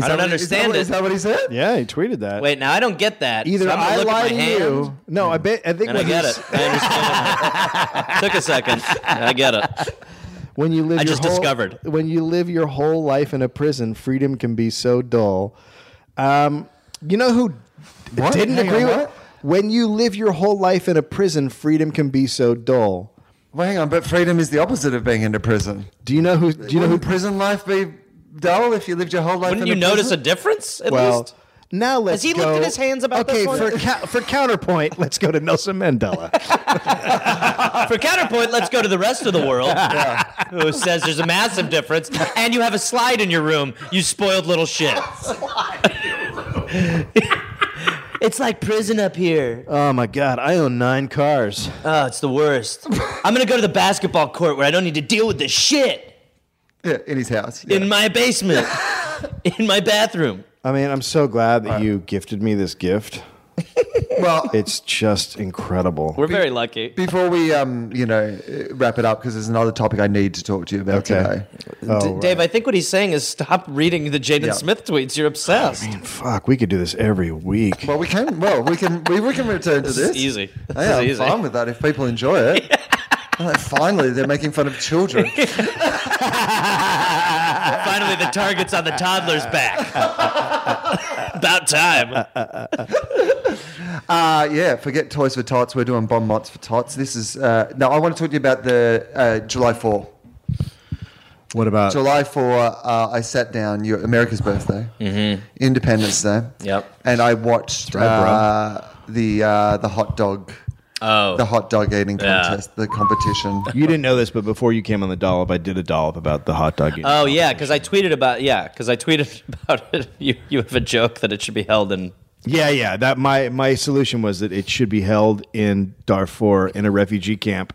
I that don't what- is that understand what- it. Is that what he said? Yeah, he tweeted that. Wait, now I don't get that. either so I'm gonna I look lie at to my hand, you. No, I bet. I think And I when, get you- it. I understand it. Took a second. I get it. when you live, I your just whole- discovered. when you live your whole life in a prison, freedom can be so dull. Um, you know who What? didn't Hang on, agree with? what? When you live your whole life in a prison, freedom can be so dull. Well, hang on, but freedom is the opposite of being into prison. Do you know who? Do you know who? Wouldn't prison life be dull if you lived your whole life? Wouldn't in you a notice a prison? difference at Well, least? now let's. Has he go, looked at his hands about okay, this one? for cou- for counterpoint, let's go to Nelson Mandela. For counterpoint, let's go to the rest of the world, who says there's a massive difference, and you have a slide in your room, you spoiled little shit. it's like prison up here. oh my God, I own nine cars. Oh, it's the worst. I'm gonna go to the basketball court where I don't need to deal with this shit Yeah, in his house. Yeah. in my basement, in my bathroom. I mean, I'm so glad that you gifted me this gift. well, It's just incredible. We're very lucky. before we, um, you know, uh, wrap it up because there's another topic I need to talk to you about Okay. today. Oh, D- Dave, I think what he's saying is stop reading the Jaden Yeah. Smith tweets. You're obsessed. Fuck, we could do this every week. Well, we can. Well, we can. We, we can return to This this. is easy. This Hey, is I'm easy. fine with that if people enjoy it. Like, finally, they're making fun of children. Finally, the target's on the toddler's back. About time. Uh, yeah, forget Toys for Tots. We're doing Bon Mots for Tots. This is. Uh, no, I want to talk to you about the uh, July 4. What about July 4, uh, I sat down, your, America's birthday, Independence Day. Mm-hmm. Yep. And I watched right, bro. uh, the uh, the hot dog. Oh. The hot dog eating Yeah. contest, the competition. You didn't know this, but before you came on the dollop, I did a dollop about the hot dog. eating. Oh yeah, because I tweeted about yeah, because I tweeted about it. You you have a joke that it should be held in. Yeah, yeah. That my my solution was that it should be held in Darfur in a refugee camp,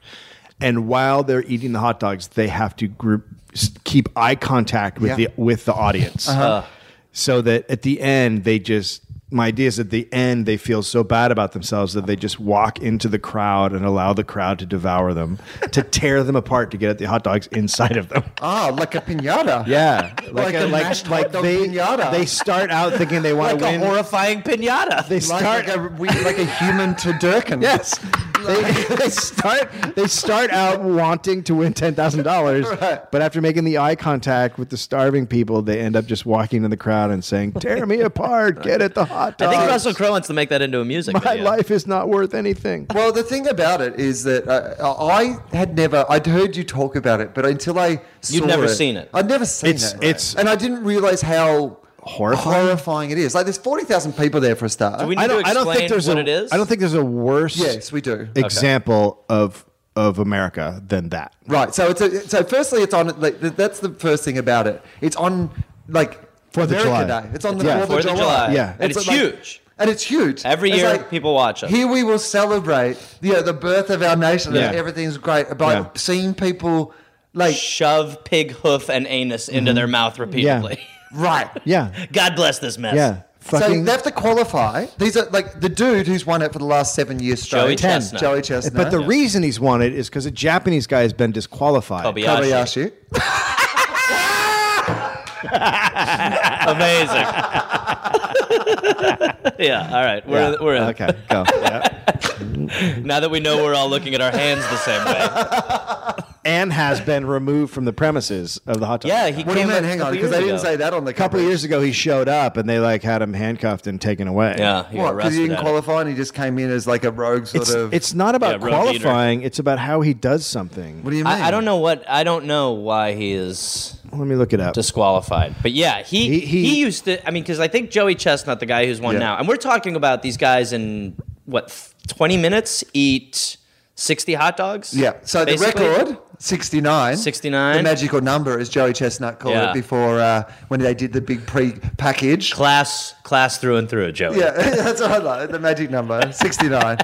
and while they're eating the hot dogs, they have to group s- keep eye contact with Yeah. the with the audience, Uh. so that at the end they just. My idea is at the end they feel so bad about themselves that they just walk into the crowd and allow the crowd to devour them, to tear them apart, to get at the hot dogs inside of them. Ah, like a pinata. Yeah, Like a mashed hot dog they pinata. they start out thinking they want Like to a win. horrifying pinata. they Like, start like, a, we- like a human to Durkin. yes, They, they start they start out wanting to win ten thousand dollars, but after making the eye contact with the starving people, they end up just walking in the crowd and saying, "Tear me apart, get at the hot I dog." think Russell Crowe wants to make that into a music My video. life is not worth anything. Well, the thing about it is that uh, I had never. I'd heard you talk about it, but until I saw You'd never seen it. I'd never seen It's- it. it's- and I didn't realize how Horrifying? horrifying it is. Like there's forty thousand people there for a start. Do we need I don't. to I explain don't think there's what a. it is? I don't think there's a worse yes, we do. example of of America than that. Right. So it's a, so. Firstly, it's on. Like, th- that's the first thing about it. It's on like Fourth of America July. Day. It's on the Yeah. Fourth Fourth of July. Yeah. and it's, like- huge. And it's huge. Every It's year, like, people watch it. Here we will celebrate, you know, the birth of our nation and Yeah. everything's great. By Yeah. seeing people like Shove pig hoof and anus Mm-hmm. into their mouth repeatedly. right, Yeah. God bless this mess. Yeah. so they have to qualify. These are like the dude who's won it for the last seven years straight. Joey Ten. Chestnut. Joey Chestnut. But the reason he's won it is because a Japanese guy has been disqualified. Kobayashi. Kobayashi. Amazing. yeah. All right. We're we're in. Okay, go. Now that we know we're all looking at our hands the same way. and has been removed from the premises of the hot dog. Yeah. He What do you came mean? up a Hang on, couple because they years didn't ago. say that on the a couple of years ago he showed up and they like had him handcuffed and taken away. Yeah. He What? got Because arrested. he didn't at it. qualify and he just came in as like a rogue sort It's, of. it's not about Yeah, rogue leader. qualifying, it's about how he does something. what do you mean? I, I don't know what I don't know why he is Let me look it up. disqualified. But yeah, he He- he, he- used to. I mean, because I think Joey Chestnut, the guy who's won Yeah. now, and we're talking about these guys in what th- twenty minutes eat sixty hot dogs. Yeah. So basically. the record. 69. 69. The magical number, as Joey Chestnut called Yeah. it before uh, when they did the big pre package. class class through and through, Joey. Yeah, that's what I like. The magic number, 69.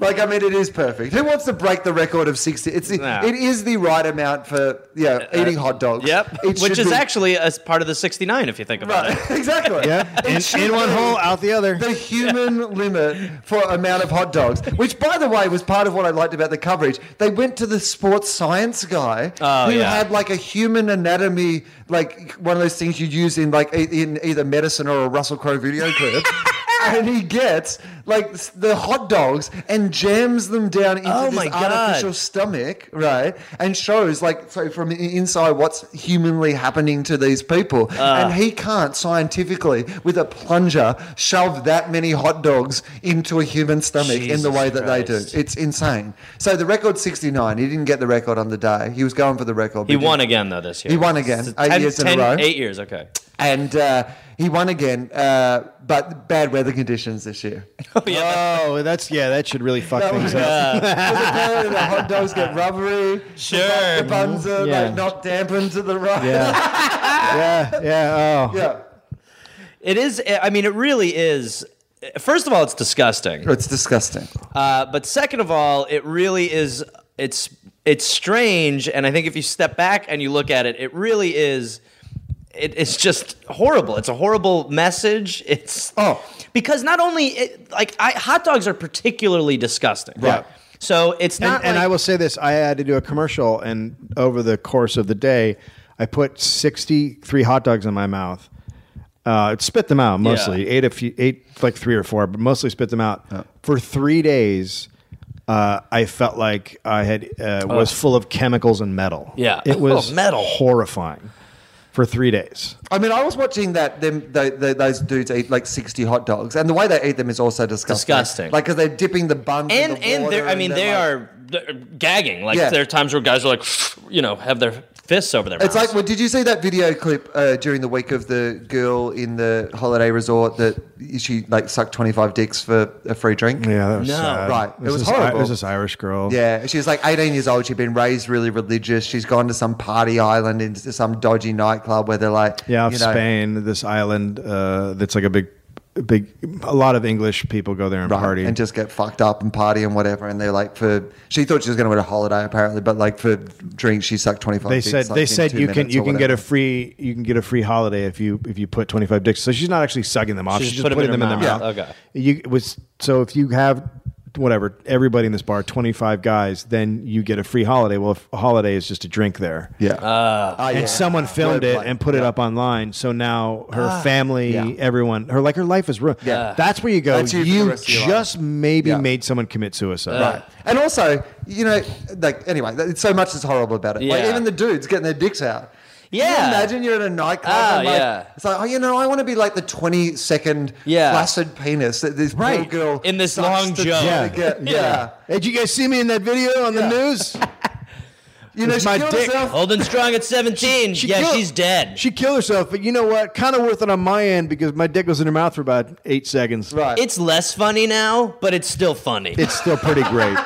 like, I mean, it is perfect. Who wants to break the record of 60? It's the, No. Uh, It is the right amount for, you know, eating hot dogs. Yep, It which should is be- actually as part of the sixty-nine, if you think about Right, it. exactly. yeah. It In, should in one be hole, out the other. The human limit for amount of hot dogs, which, by the way, was part of what I liked about the coverage. They went to the sports science guy Oh, who yeah. had like a human anatomy, like one of those things you use in like e- in either medicine or a Russell Crowe video clip. And he gets like s- the hot dogs and jams them down into Oh, this my God. artificial stomach, right? And shows like so from i- inside what's humanly happening to these people, Ah. and he can't scientifically with a plunger shove that many hot dogs into a human stomach in the Jesus way that Christ. they do. It's insane. So the record sixty nine. He didn't get the record on the day. He was going for the record. He but won again though this year. He won again, It's eight years in a row. Eight years, okay. and uh, he won again, uh, but bad weather conditions this year. Oh, that's yeah, that should really fuck things up. Because apparently the hot dogs get rubbery. The Sure. buns are Mm-hmm. Yeah. like not dampened to the right. Yeah. yeah, yeah. Oh. yeah. It is. I mean, it really is. First of all, it's disgusting. It's disgusting. Uh, but second of all, it really is. It's it's strange, and I think if you step back and you look at it, it really is. It, it's just horrible. It's a horrible message. It's Oh. because not only it, like I, hot dogs are particularly disgusting. Right. So it's not. and, and like- I will say this: I had to do a commercial, and over the course of the day, I put sixty-three hot dogs in my mouth. Uh, spit them out mostly. Yeah. Ate a few, ate like three or four, but mostly spit them out for three days. Uh, I felt like I had uh, was full of chemicals and metal. Oh. Yeah. it was Oh, metal. horrifying for three days. I mean, I was watching that them tho- tho- those dudes eat like sixty hot dogs, and the way they eat them is also disgusting. Disgusting. Like because they're dipping the buns in and the and water they're, I mean they they're, like- are they're gagging. Like Yeah. there are times where guys are like, you know, have their fists over their. It's mouths. like, well, did you see that video clip uh, during the week of the girl in the holiday resort that she like sucked twenty five dicks for a free drink? Yeah, that was No. sad. Right. It This was is- horrible. It was this Irish girl. Yeah, she was like 18 years old. She'd been raised really religious. She's gone to some party island into some dodgy nightclub where they're like, Yeah, off you know, Spain, this island uh, that's like a big, big. A lot of English people go there and right, party. and just get fucked up and party and whatever. And they're like, for she thought she was going to win a holiday apparently, but like for drinks, she sucked 25. they dicks, said like, they in said two you can minutes you or can get a whatever. free you can get a free holiday if you if you put twenty five dicks. So she's not actually sucking them off. She's, She just putting them in, her their mouth. mouth. Yeah. You it was so if you have whatever, everybody in this bar, 25 guys, then you get a free holiday. Well, if a holiday is just a drink there. Yeah. and someone filmed it and put it up online. So now her Ah. family, everyone, her like her life is ruined. Ah, Yeah. That's where you go. That's you You, for the rest of your life. just maybe Yeah. made someone commit suicide. Right. And also, you know, like anyway, th- it's so much that's horrible about it. Like Yeah. even the dudes getting their dicks out. Can you Yeah. imagine you're in a nightclub Oh, and like, yeah. it's like, oh, you know, I want to be like the 20 second Yeah. flaccid penis that this poor Right. girl In this sucks long to jug. try to Yeah. get- Yeah. Did you guys see me in that video on the news? You know, It's she my killed dick. herself. Holding strong at 17. She yeah, killed- she's dead. She killed herself, but you know what? Kind of worth it on my end because my dick was in her mouth for about eight seconds. Right. it's less funny now, but it's still funny. It's still pretty great.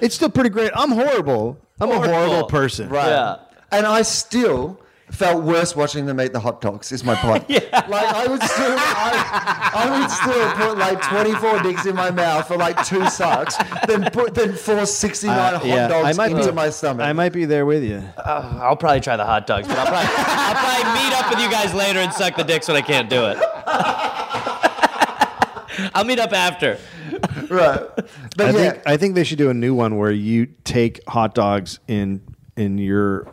it's still pretty great. I'm horrible. I'm a horrible Horrible. person. Right. Yeah. And I still felt worse watching them eat the hot dogs. Is my point. Like I would still, I, I would still put like twenty four dicks in my mouth for like two sucks, then put then four sixty nine Uh, hot dogs into my stomach. I might be there with you. I'll probably try the hot dogs, but I'll probably, I'll probably meet up with you guys later and suck the dicks when I can't do it. I'll meet up after. right. But I yeah, think I think they should do a new one where you take hot dogs in in your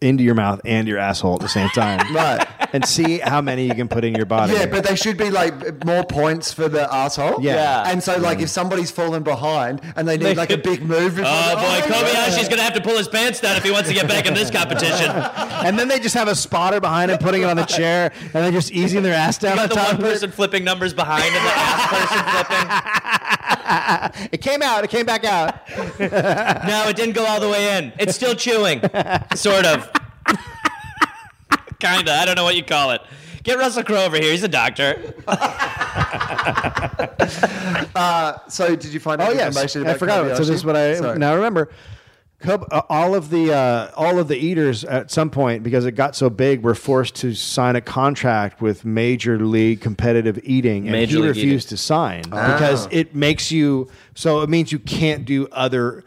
into your mouth and your asshole at the same time. right. And see how many you can put in your body. Yeah, but they should be like more points for the asshole. Yeah. Yeah. And so, like, if somebody's fallen behind and they need like a big move, before Oh they- boy, my God. Kobayashi's gonna have to pull his pants down if he wants to get back in this competition. And then they just have a spotter behind him putting it on the chair, and they're just easing their ass down Got on the top one of it. person flipping numbers behind and the last person flipping. It came out. It came back out. No, it didn't go all the way in. It's still chewing, sort of. Kinda. I don't know what you call it. Get Russell Crowe over here. He's a doctor. So, did you find out Oh yeah, yes, information I about forgot. About, so Kobayashi? this is what I Sorry. now remember. Cub, uh, all of the uh, all of the eaters at some point because it got so big were forced to sign a contract with Major League Competitive Eating, and Major he League refused Eating. Ah. to sign because it makes you so it means you can't do other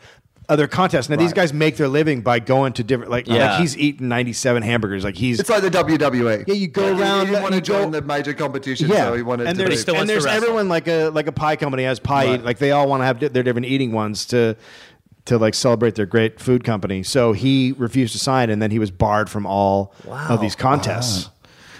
other contests. Now these guys make their living by going to different like Yeah. like he's eaten ninety seven hamburgers like he's It's like the E. WWE. Yeah, you go around, He didn't want you to go- join the major competition, yeah, so he wanted and to. there's, But he leave. still and wants to there's wrestle. everyone like a like a pie company has pie eat- like they all want to have di- their different eating ones to to like celebrate their great food company. So he refused to sign, and then he was barred from all of these contests.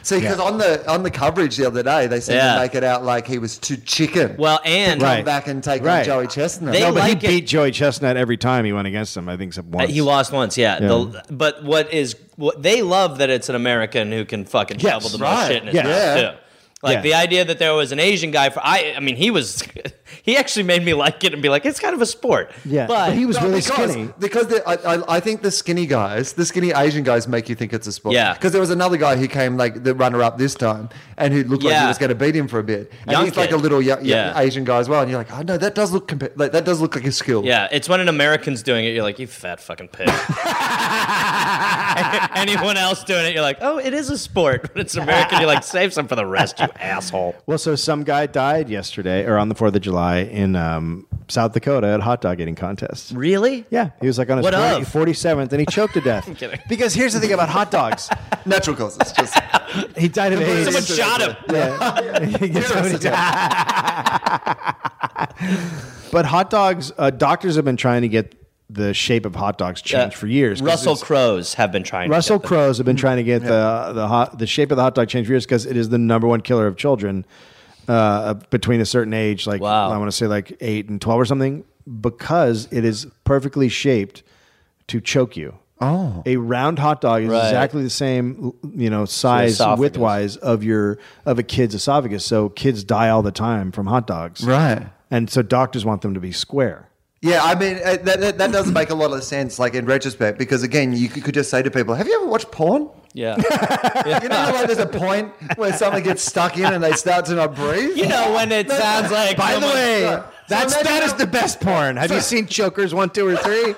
See, because on the on the coverage the other day, they seemed Yeah. to make it out like he was too chicken. Well, and to come Right. back and take Right. on Joey Chestnut. They No, but like he it. beat Joey Chestnut every time he went against him. I think except once. He lost once, yeah. The, but what is what they love that it's an American who can fucking Yes, shovel the right. most shit in his Yeah. mouth Yeah. too. Like Yeah. the idea that there was an Asian guy for I I mean he was he actually made me like it and be like it's kind of a sport. Yeah, but, but he was No, really because, skinny. Because the, I, I, I think the skinny guys, the skinny Asian guys, make you think it's a sport. Yeah. Because there was another guy who came like the runner up this time and who looked like he Yeah. was going to beat him for a bit. And Young he's like a kid. little yo- yo- Yeah. Asian guy as well. And you're like, oh no, that does look compa- like, that does look like a skill. Yeah, it's when an American's doing it, you're like, you fat fucking pig. Anyone else doing it, you're like, oh, it is a sport. When it's an American, you're like, save some for the rest, you asshole. Well, so some guy died yesterday or on the Fourth of July in um, South Dakota at a hot dog eating contest. Really? Yeah, he was like on his What 40, of? 47th, and he choked to death. kidding. Because here's the thing about hot dogs, Natural causes. Just he died of AIDS. Someone shot him. Yeah. Somebody died. but hot dogs, uh, doctors have been trying to get the shape of hot dogs changed for years. 'cause Russell it's- Crowe's have been trying Russell to. get them. Crowe's have been trying to get the the hot, the shape of the hot dog changed for years because it is the number one killer of children uh, between a certain age, like Wow. I want to say like eight and twelve or something, because it is perfectly shaped to choke you. Oh, a round hot dog is Right. exactly the same, you know, size esophagus. width wise of your of a kid's esophagus. So kids die all the time from hot dogs, Right. And so doctors want them to be square. Yeah, I mean uh, that, that that doesn't make a lot of sense, like in retrospect, because again, you could could just say to people, "Have you ever watched porn?" Yeah. You know, how, like there's a point where someone gets stuck in and they start to not breathe. you know, when it sounds like. By the someone- way, So that's imagine that how- is the best porn. Have you seen Chokers one, two, or three?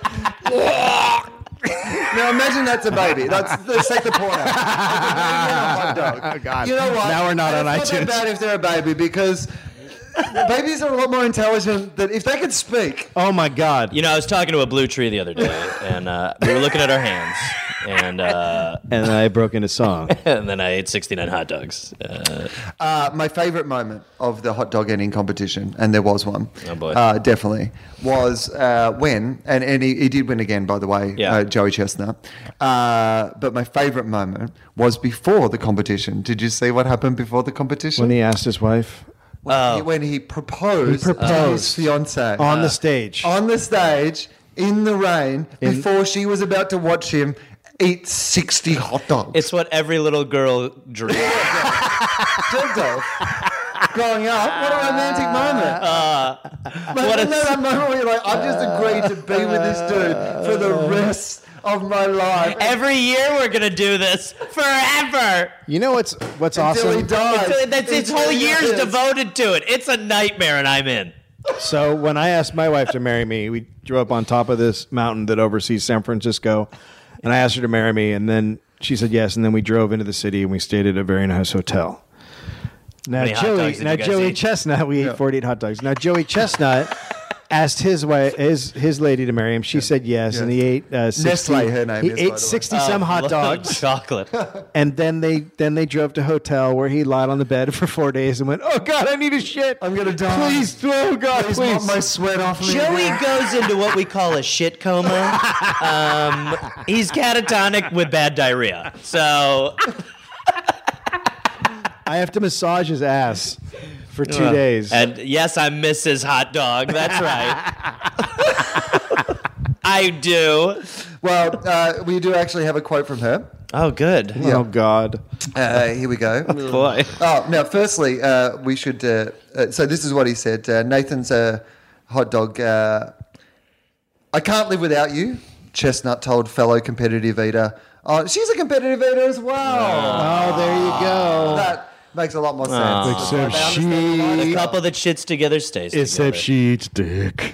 Now imagine that's a baby. That's let's take the porn out. Hot dog. Oh, God. You know what? Now we're not And on it's iTunes. Not that bad if they're a baby because babies are a lot more intelligent than if they could speak. Oh my God! You know, I was talking to a blue tree the other day, and uh, we were looking at our hands, and uh, and I broke into song. and then I ate 69 hot dogs. Uh, Uh, my favorite moment of the hot dog eating competition, and there was one. Oh, boy. Uh, definitely was uh, when, and, and he, he did win again, by the way, Yeah. uh, Joey Chestnut. Uh, but my favorite moment was before the competition. Did you see what happened before the competition? When he asked his wife When he- when he proposed, to his Uh, proposed. fiance on the stage, on the stage in the rain In- before she was about to watch him eat 60 hot dogs. it's what every little girl dreams. dreamt of growing up. What a romantic moment. but what what a- that moment where you're like, I've just agreed to be with this dude for the rest of my life. Every year we're gonna do this forever. You know what's what's Until he awesome? dies. It's- That's its whole year's devoted to it. It's a nightmare, and I'm in. So when I asked my wife to marry me, we drove up on top of this mountain that oversees San Francisco, and I asked her to marry me, and then she said yes, and then we drove into the city and we stayed at a very nice hotel. Now many hot dogs Joey, did now you guys Joey eat? Chestnut, we ate forty eight hot dogs. Now Joey Chestnut asked his wife, his his lady to marry him. She said yes, and he ate uh, 60, Nestle, her name He is, by the way. ate sixty Oh, some hot dogs, chocolate. and then they then they drove to hotel where he lied on the bed for four days and went, oh god, I need a shit. I'm gonna die. Please, oh god, Please please. mop my sweat off me. Joey goes into what we call a shit coma. Um, he's catatonic with bad diarrhea. So I have to massage his ass for two Uh, days. And yes, I miss his hot dog. That's right. I do. Well, uh, we do actually have a quote from her. Oh, good. Oh God! Uh, here we go. Boy. Oh, now, firstly, uh, we should. Uh, uh, so, this is what he said uh, Nathan's uh, hot dog. Uh, I can't live without you, Chestnut told fellow competitive eater. Oh, she's a competitive eater as well. Ah, Oh, there you go. That makes a lot more sense. Except she, Oh, The couple that shits together stays except together. she eats dick.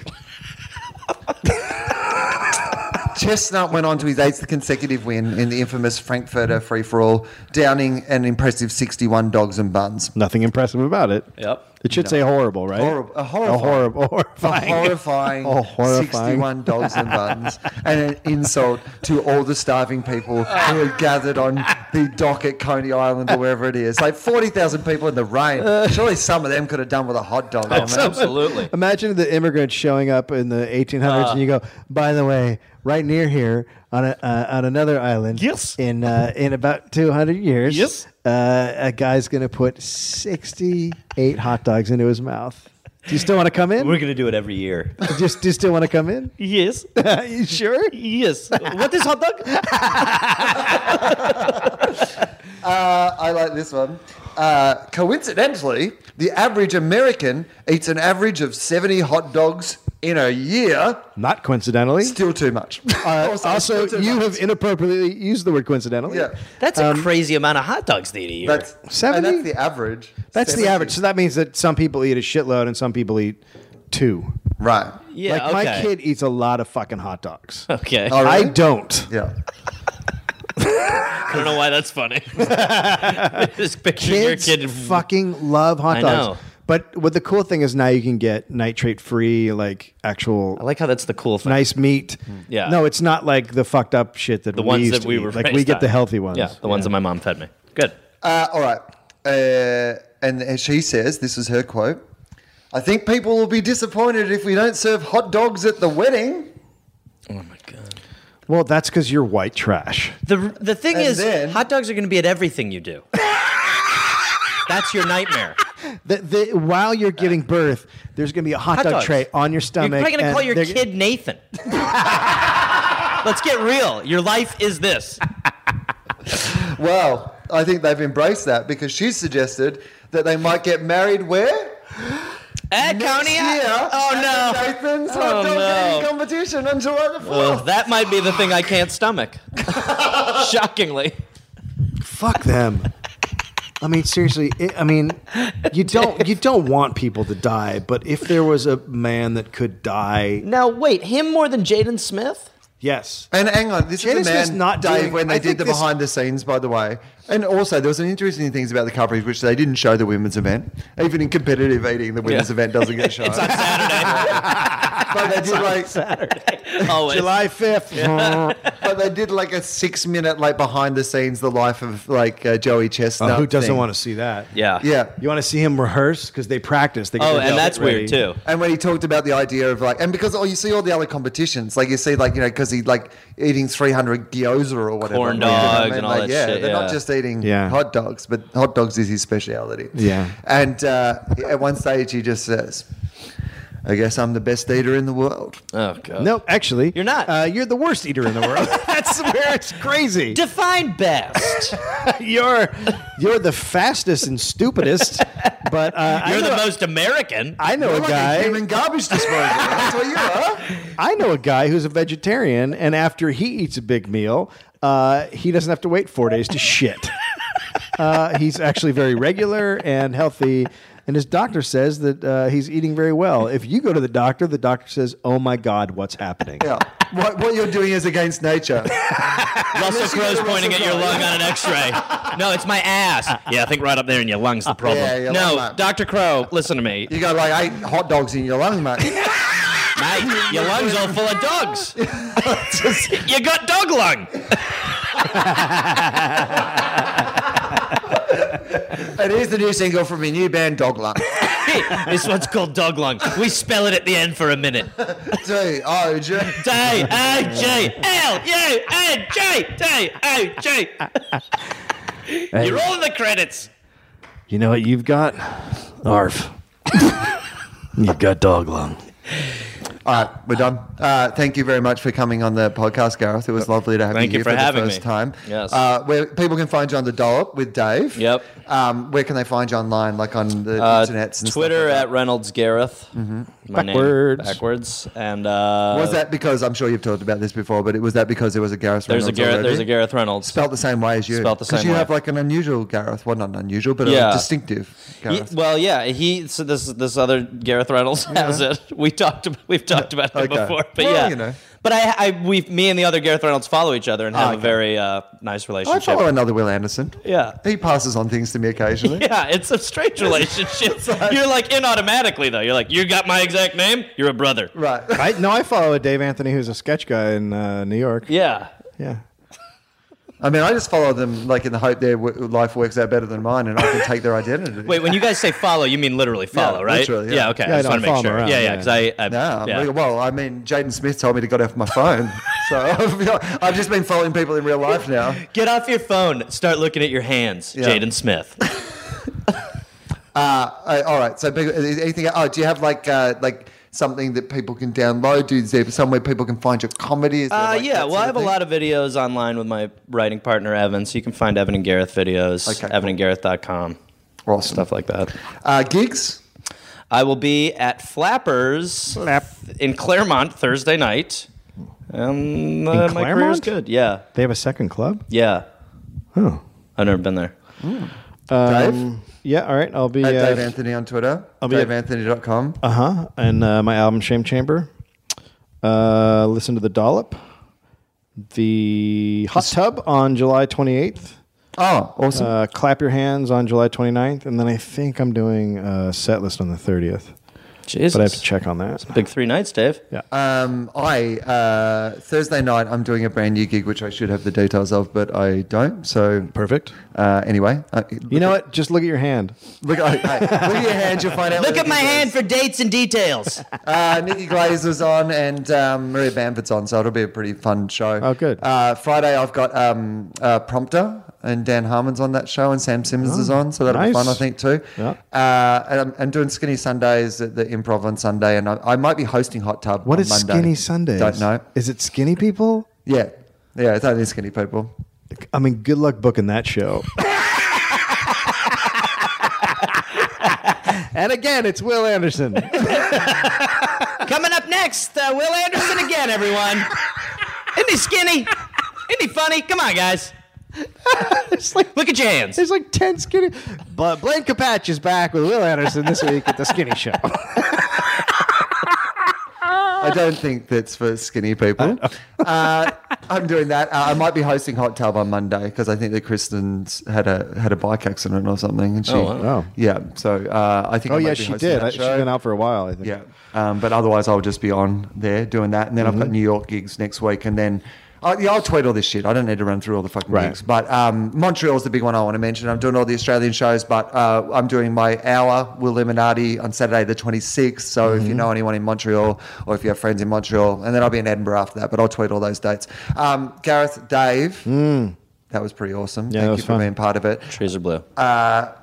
Chestnut went on to his eighth consecutive win in the infamous Frankfurter free for all, downing an impressive 61 dogs and buns. Nothing impressive about it. Yep. It should say horrible, right? Oh, Horrib- a horrifying- A horrible, A horrifying. horrifying, Oh, horrifying. 61 dogs and buns, and an insult to all the starving people who had gathered on the dock at Coney Island or wherever it is. Like 40,000 people in the rain. Surely some of them could have done with a hot dog. Oh, on it. Absolutely. Imagine the immigrants showing up in the 1800s, and you go, "By the way, right near here on a, uh, on another island, Yes. in uh, in about 200 years, Yes. uh, a guy's going to put 68 hot dogs into his mouth. Do you still want to come in? We're gonna do it every year. just, do you still want to come in? Yes. you sure? Yes. What is hot dog? Uh, I like this one. Uh, coincidentally, the average American eats an average of 70 hot dogs in a year. Not coincidentally. Still too much. Uh, Also, also, still too you much. have inappropriately used the word coincidentally. Yeah. That's Um, a crazy amount of hot dogs they eat a year. That's, and 70? that's the average. That's the 70. average. So that means that some people eat a shitload and some people eat two. Right. yeah. like okay. my kid eats a lot of fucking hot dogs. Okay. Oh, I really? don't. Yeah. I don't know why that's funny. Just picture your Kids kid. fucking love hot I dogs. know. But what the cool thing is now you can get nitrate free, like actual I like how that's the cool thing. nice meat. Yeah. No, it's not like the fucked up shit that The we ones used that to we eat. were like. We raised get on. the healthy ones. Yeah, the ones that my mom fed me. Good. Uh, all right. Uh, and, and she says, this is her quote I think people will be disappointed if we don't serve hot dogs at the wedding. Oh Well, that's because you're white trash. The the thing And is, then- hot dogs are going to be at everything you do. That's your nightmare. The, the, while you're giving birth, there's going to be a hot, Hot dog dogs. tray on your You're stomach. probably going to and call your they're- kid Nathan. Let's get real. Your life is this. Well, I think they've embraced that because she suggested that they might get married where? At Eh, Coney Island. Yeah. Oh no. Nathan's Oh, hot dog no. eating competition on July the 4th. Well, that might be the thing I can't stomach. Shockingly. Fuck them. I mean, seriously. It, I mean, you don't you don't want people to die, but if there was a man that could die, Now wait, him more than Jaden Smith? yes. And hang on, this Janice is was the man, not Dave, doing- when they I did think the this- behind the scenes, by the way. And also, there was some interesting things about the coverage, which they didn't show the women's event. Even in competitive eating, the women's Yeah. event doesn't get shown. It's on Saturday. but they did like Always. July 5th. but they did like a six minute like behind the scenes the life of like uh, Joey Chestnut. Oh, who doesn't thing. want to see that? Yeah. Yeah. You want to see him rehearse because they practice. They get Oh, their and outfit that's weird ready. too. And when he talked about the idea of like, and because oh, you see all the other competitions, like you see, like you know, because he like eating three hundred gyoza or whatever, Corn you know what dogs and all that yeah, shit, they're yeah. not just eating Yeah. hot dogs, but hot dogs is his speciality. Yeah. And uh, at one stage, he just says, "I guess I'm the best eater in the world." Oh god. No, actually, You're not. Uh, you're the worst eater in the world. That's where it's crazy. Define best. You're you're the fastest and stupidest. But uh, I You're know, the most American. I know a You're like a guy. human garbage disposal. That's what you are. I know a guy who's a vegetarian, and after he eats a big meal, uh, he doesn't have to wait four days to shit. Uh, he's actually very regular and healthy, and his doctor says that uh, he's eating very well. If you go to the doctor, the doctor says, "Oh my God, what's happening?" Yeah. What, what you're doing is against nature. Russell Unless you Crowe's go to pointing at Russell your Crowe. lung on an X-ray. No, it's my ass. Yeah, I think right up there in your lungs the problem. Yeah, your lung, no, mate. Doctor Crowe, listen to me. You got like eight hot dogs in your lung, mate. Mate, your lungs all full of dogs. you got dog lung. it is the new single from my new band, Dogla. this one's called dog lung. We spell it at the end for a minute. D O G. D O G L U N G D O G. You're all in the credits. You know what you've got? Arf. you've got dog lung. All right, we're done. Uh, thank you very much for coming on the podcast, Gareth. It was lovely to have Thank you you here for for, having the first me. time. Yes. Uh, where people can find you on the dollop with Dave. Yep. Um, where can they find you online, like on the internets and Uh, Twitter stuff like at Reynolds Gareth. My Backwards. Name, backwards. And uh, that? Was that because I'm sure you've talked about this before, but it was that because there was a Gareth. there's a Reynolds Gareth. already? There's a Gareth Reynolds. Spelt the same way as you. Spelt the Because same you way. have like an unusual Gareth. Well, not unusual, but Yeah. a distinctive Ye- Gareth. well, yeah, he. So this this other Gareth Reynolds has it. We talked. About, we've talked about him Okay. before, but Well, yeah. you know. Oh, But I, I, we, me and the other Gareth Reynolds follow each other and have a okay. Oh, very uh, nice I relationship. follow another Will Anderson. Yeah. He passes on things to me occasionally. Yeah, it's a strange relationship. You're like in automatically though. You're like, you got my exact name. You're a brother. Right. I, no, I follow a Dave Anthony who's a sketch guy in uh, New York. Yeah. Yeah. I mean, I just follow them like in the hope their w- life works out better than mine, and I can take their identity. Wait, when you guys say follow, you mean literally follow, right? literally, yeah. Okay. I Yeah, just no, want to follow make him sure. around, yeah, yeah. yeah. Because I, I No, yeah. well, I mean, Jaden Smith told me to get off my phone, so I've, I've just been following people in real life now. Get off your phone. Start looking at your hands, Yeah. Jaden Smith. Uh, all right, so people, is anything? Oh, do you have like uh, like something that people can download? Is there somewhere people can find your comedy? Is there, Uh, like, yeah, that well, sort I of have a thing? lot of videos online with my writing partner, Evan. So you can find Evan and Gareth videos, Okay, cool. evanandgareth.com, awesome stuff like that. Uh, gigs. I will be at Flappers in Claremont Thursday night. Um, uh, my career is Claremont? good. Yeah, They have a second club? yeah. Oh. I've never been there. Um, yeah, all right. I'll be At Dave uh, Anthony on Twitter. be at- DaveAnthony.com. uh-huh, and uh, my album Shame Chamber. Uh, listen to the Dollop. The Hot Tub on July 28th. Oh, awesome. Uh, clap your hands on July 29th, and then I think I'm doing a set list on the 30th, Jesus. but I have to check on that. Big three nights, Dave. Yeah. Um, I uh, Thursday night I'm doing a brand new gig which I should have the details of, but I don't. So Perfect. uh, anyway, uh, You know what? Just look at your hand. Look, oh, hey, look at your hand. You'll find out. Look what at the my gig is. hand for dates and details. Uh, Nikki Glazer's on and um, Maria Bamford's on, so it'll be a pretty fun show. Oh, good. Uh, Friday, I've got um, uh, Prompter and Dan Harmon's on that show, and Sam Simmons is on, so that'll be Oh, nice. fun, I think, too. Yeah. Uh, and I'm, I'm doing Skinny Sundays at the Improv on Sunday, and I, I might be hosting Hot Tub. What on is Monday. Skinny Sundays? Don't know. Is it skinny people? Yeah, yeah, it's only skinny people. I mean, good luck booking that show. and again, it's Will Anderson. Coming up next, uh, Will Anderson again, everyone. Isn't he skinny? Isn't he funny? Come on, guys. Look at your hands. There's like 10 skinny. But Blaine Capatch is back with Will Anderson this week at the Skinny Show. Ah, I don't think that's for skinny people. Uh, I'm doing that. Uh, I might be hosting Hot Tub on Monday because I think that Kristen's had a had a bike accident or something, and she. Oh, wow. Oh. Yeah. So uh, I think. Oh I might yeah, be she hosting did. that I- She's show. been out for a while. I think. Yeah. Um, but otherwise, I'll just be on there doing that. And then Mm-hmm. I've got New York gigs next week. And then I, yeah, I'll tweet all this shit. I don't need to run through all the fucking Right. gigs. But um, Montreal's the big one I want to mention. I'm doing all the Australian shows, but uh, I'm doing my hour, Will Limonati, on Saturday the 26th. So Mm-hmm. if you know anyone in Montreal or if you have friends in Montreal, and then I'll be in Edinburgh after that, but I'll tweet all those dates. Um, Gareth, Dave. That was pretty awesome. Mm. Yeah, that Thank was you for fun. being part of it. Trees are blue. Uh,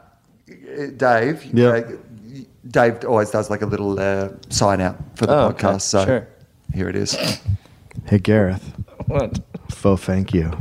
Dave. Yeah. uh, Dave always does like a little uh, sign out for the Oh, podcast. okay. So Sure. here it is. Hey Gareth, what? faux thank you.